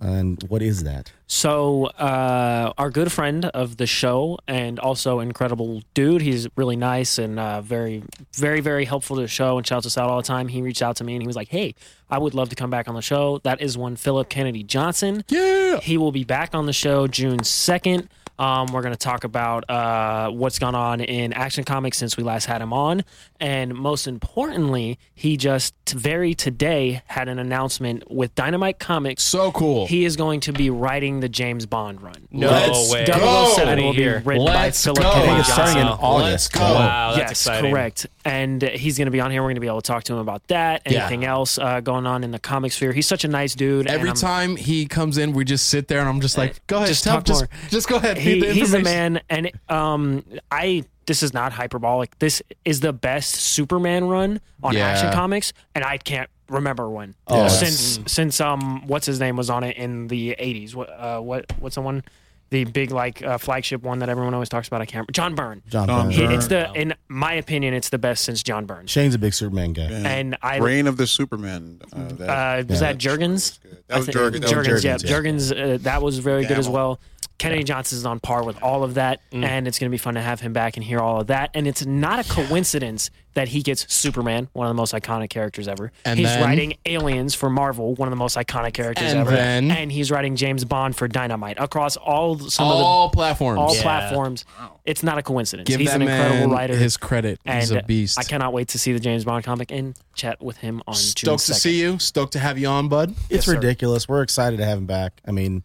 B: And what is that?
D: So, uh, our good friend of the show and also incredible dude, he's really nice and uh, very, very, very helpful to the show and shouts us out all the time. He reached out to me and he was like, Hey, I would love to come back on the show. That is one Philip Kennedy Johnson.
C: Yeah.
D: He will be back on the show June 2nd. Um, we're going to talk about uh, what's gone on in Action Comics since we last had him on. And most importantly, he just t- very today had an announcement with Dynamite Comics.
C: So cool.
D: He is going to be writing the James Bond run.
E: No
C: Let's
E: way.
C: go.
D: 007 will be
E: Outta here.
D: written
C: Let's
D: by Philip
C: go.
B: I think
D: Kennedy
B: it's starting in
D: Johnson.
E: Wow.
B: August.
C: Let's go.
E: Wow, that's
D: yes,
E: exciting.
D: correct. And uh, he's going to be on here. We're going to be able to talk to him about that.
C: Yeah.
D: Anything else uh, going on in the comic sphere? He's such a nice dude. and
C: Every
D: I'm-
C: time he comes in, we just sit there and I'm just like, go ahead,
D: Just
C: tell-
D: talk
C: just,
D: more.
C: just go ahead.
D: he,
C: feed the
D: he's the
C: information.
D: man and um i this is not hyperbolic this is the best superman run on
C: Yeah.
D: action comics and i can't remember when
C: Oh,
D: since since um what's his name was on it in the 80s what uh what what's the one the big like uh, flagship one that everyone always talks about i can't john byrne
B: John
F: John
B: Byrne.
D: He- it's the in my opinion it's the best since john byrne
B: Shane's a big Superman guy.
D: and i
F: Reign of the Superman. Uh, that,
D: uh, was that Jurgens?
F: That was
D: I thi-
F: Jurgens. That was
D: Jurgens, yeah.
B: Jurgens,
D: Jurgens, uh, that was very good as
F: Damn.
D: well. Kennedy Johnson's on par with all of that,
C: Mm.
D: and it's going to be fun to have him back and hear all of that. And it's not a coincidence that he gets Superman, one of the most iconic characters ever.
C: And
D: he's
C: then-
D: writing Aliens for Marvel, one of the most iconic characters
C: And
D: ever.
C: then-
D: and he's writing James Bond for Dynamite across all some
C: All
D: of the
C: platforms.
D: all
E: Yeah.
D: platforms. It's not a coincidence.
C: Give
D: he's
C: that
D: an incredible
C: man
D: writer.
C: his credit. He's
D: and uh,
C: a beast.
D: I cannot wait to see the James Bond comic and chat with him on June
C: Stoked to
D: 2nd.
C: see you. Stoked to have you on, bud.
B: It's
D: sir.
B: ridiculous. We're excited to have him back. I mean,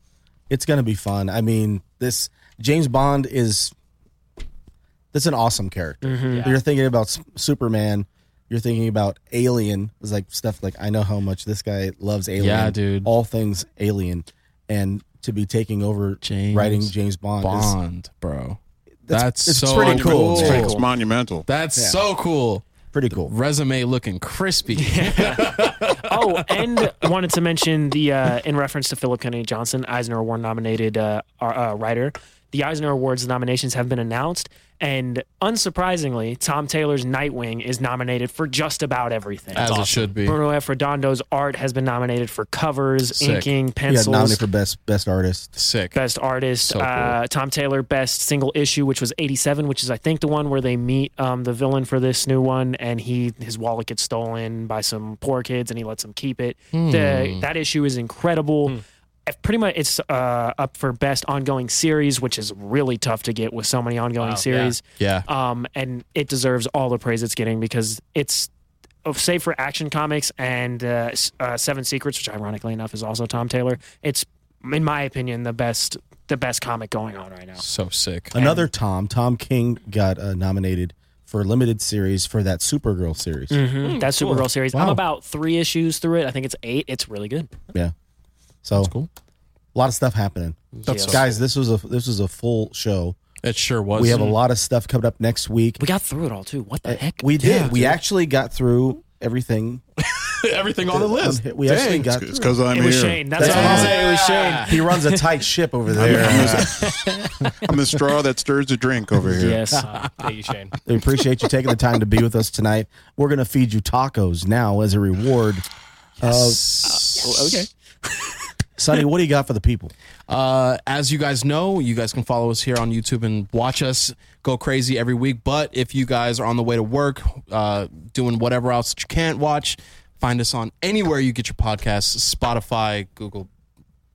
B: it's going to be fun. I mean, this James Bond is that's an awesome character. You're thinking about S- Superman, you're thinking about Alien. It's like stuff like I know how much this guy loves Alien.
C: Yeah, dude.
B: All things Alien, and to be taking over
C: James
B: writing James Bond. Is,
C: Bond, bro. That's,
B: it's
C: so
B: pretty cool.
C: Oh, cool.
B: It's pretty
F: It's monumental.
C: That's so cool.
B: Pretty cool.
C: Resume looking crispy.
D: oh, and wanted to mention the uh, in reference to Philip Kennedy Johnson, Eisner Award nominated uh, ar- uh, writer. the Eisner Awards nominations have been announced, and unsurprisingly, Tom Taylor's Nightwing is nominated for just about everything.
C: As it Awesome. should be.
D: Bruno F. Redondo's art has been nominated for covers,
B: Sick.
D: inking,
B: Yeah, nominated
D: pencils,
B: for best best artist.
C: Sick.
D: best artist.
B: So cool.
D: uh, Tom Taylor, best single issue, which was '87, which is I think the one where they meet um, the villain for this new one, and he his wallet gets stolen by some poor kids, and he lets them keep it. The,
C: Hmm.
D: that issue is incredible. I've Pretty much, it's uh, up for best ongoing series, which is really tough to get with so many ongoing
C: Wow,
D: series.
C: yeah.
D: Um, and it deserves all the praise it's getting because it's of save for Action Comics and uh, S- uh, Seven Secrets, which ironically enough is also Tom Taylor. It's in my opinion the best the best comic going on right now.
C: So sick.
B: Another Tom, Tom King got uh, nominated for limited series for that Supergirl series.
C: Mm-hmm.
D: Mhm. that
B: Hmm, cool.
D: Supergirl series. I'm
B: Wow.
D: about three issues through it. I think it's eight. It's really good.
B: Yeah. So cool. A lot of stuff happening.
D: That's Yeah.
B: guys, this was a this was a full show.
C: It sure was.
B: We have a lot of stuff coming up next week.
D: We got through it all too. What the heck?
B: Uh, We did.
C: Yeah,
B: we
C: dude.
B: actually got through everything.
C: Everything on the list.
B: We actually got
F: It's
B: through
F: because I'm
D: it
F: here.
D: was Shane. That's what I'm saying. It was Shane.
B: He runs a tight ship over
F: I'm,
B: there.
F: I'm the- I'm the straw that stirs the drink over here.
D: Yes.
E: Thank you, Shane.
B: We appreciate you taking the time to be with us tonight. We're going to feed you tacos now as a reward.
D: Oh, okay.
B: Sonny, what do you got for the people?
C: Uh, as you guys know, you guys can follow us here on YouTube and watch us go crazy every week. But if you guys are on the way to work, uh, doing whatever else that you can't watch, find us on anywhere you get your podcasts Spotify, Google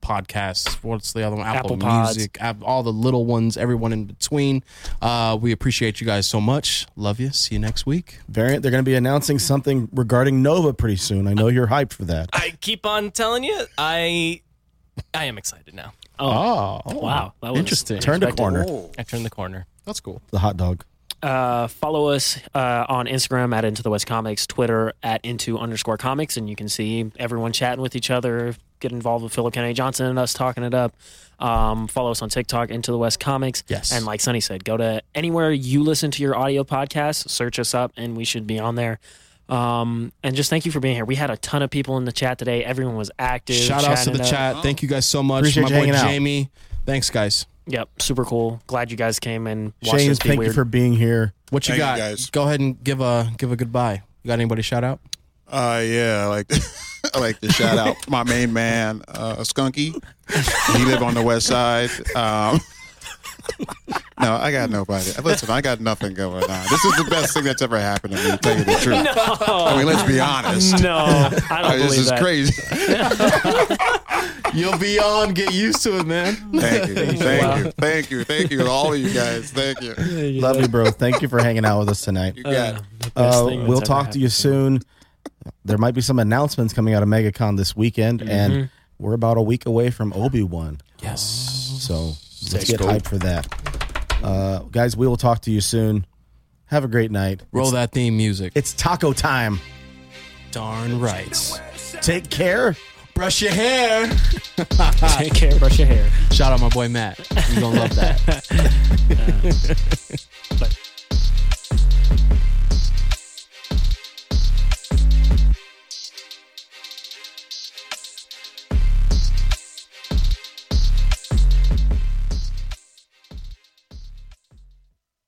C: Podcasts, what's the other one?
D: Apple Pods.
C: Music, App- all the little ones, everyone in between. Uh, we appreciate you guys so much. Love you. See you next week.
B: Variant, they're going to be announcing something regarding Nova pretty soon. I know you're hyped for that.
E: I keep on telling you, I I am excited now.
C: Oh,
D: Wow. That was
C: Interesting.
B: Turned a corner.
E: I turned the corner.
C: That's cool.
B: The hot dog.
D: uh, follow us uh, on Instagram at Into the West Comics, Twitter at Into underscore Comics, and you can see everyone chatting with each other. Get involved with Philip Kennedy Johnson and us talking it up. Um, follow us on TikTok, Into the West Comics.
C: Yes.
D: And like Sunny said, go to anywhere you listen to your audio podcast, search us up, and we should be on there. Um, and just thank you for being here. We had a ton of people in the chat today. Everyone was active.
C: Shout outs to
D: chatting
C: the
D: it up.
C: chat. Thank you guys so much.
B: Appreciate
C: My
B: you
C: boy
B: hanging out.
C: Jamie. Thanks, guys.
D: Yep. Super cool. Glad you guys came and watched
B: Shane,
D: us be
B: thank
D: weird.
B: you for being here.
C: What you
F: Thank you,
C: got?
F: guys.
C: Go ahead and give a give a goodbye. You got anybody shout out?
F: Uh, yeah, I like I like to shout out my main man, uh, Skunky. He live on the west side. Um, no, I got nobody. Listen, I got nothing going on. This is the best thing that's ever happened to me. To tell you the truth, I mean, let's be honest.
D: no, I don't
F: Uh, this
D: believe
F: is
D: that.
F: crazy.
C: You'll be on. Get used to it, man.
F: Thank you, thank you, thank you, thank you, to all of you guys. Thank you.
B: Love you, bro. Thank you for hanging out with us tonight.
F: You got it.
B: Uh,
D: thing that's
B: we'll
D: ever
B: talk to you soon. There might be some announcements coming out of MegaCon this weekend,
D: Mm-hmm.
B: and we're about a week away from Obi Wan.
C: Yes.
B: So let's get hyped for that. Uh, guys, we will talk to you soon. Have a great night.
C: Roll that theme music.
B: It's taco time.
C: Darn right.
B: Take care.
C: Brush your hair.
D: Take care. Brush your hair.
C: Shout out my boy Matt. You're gonna love that.
D: But-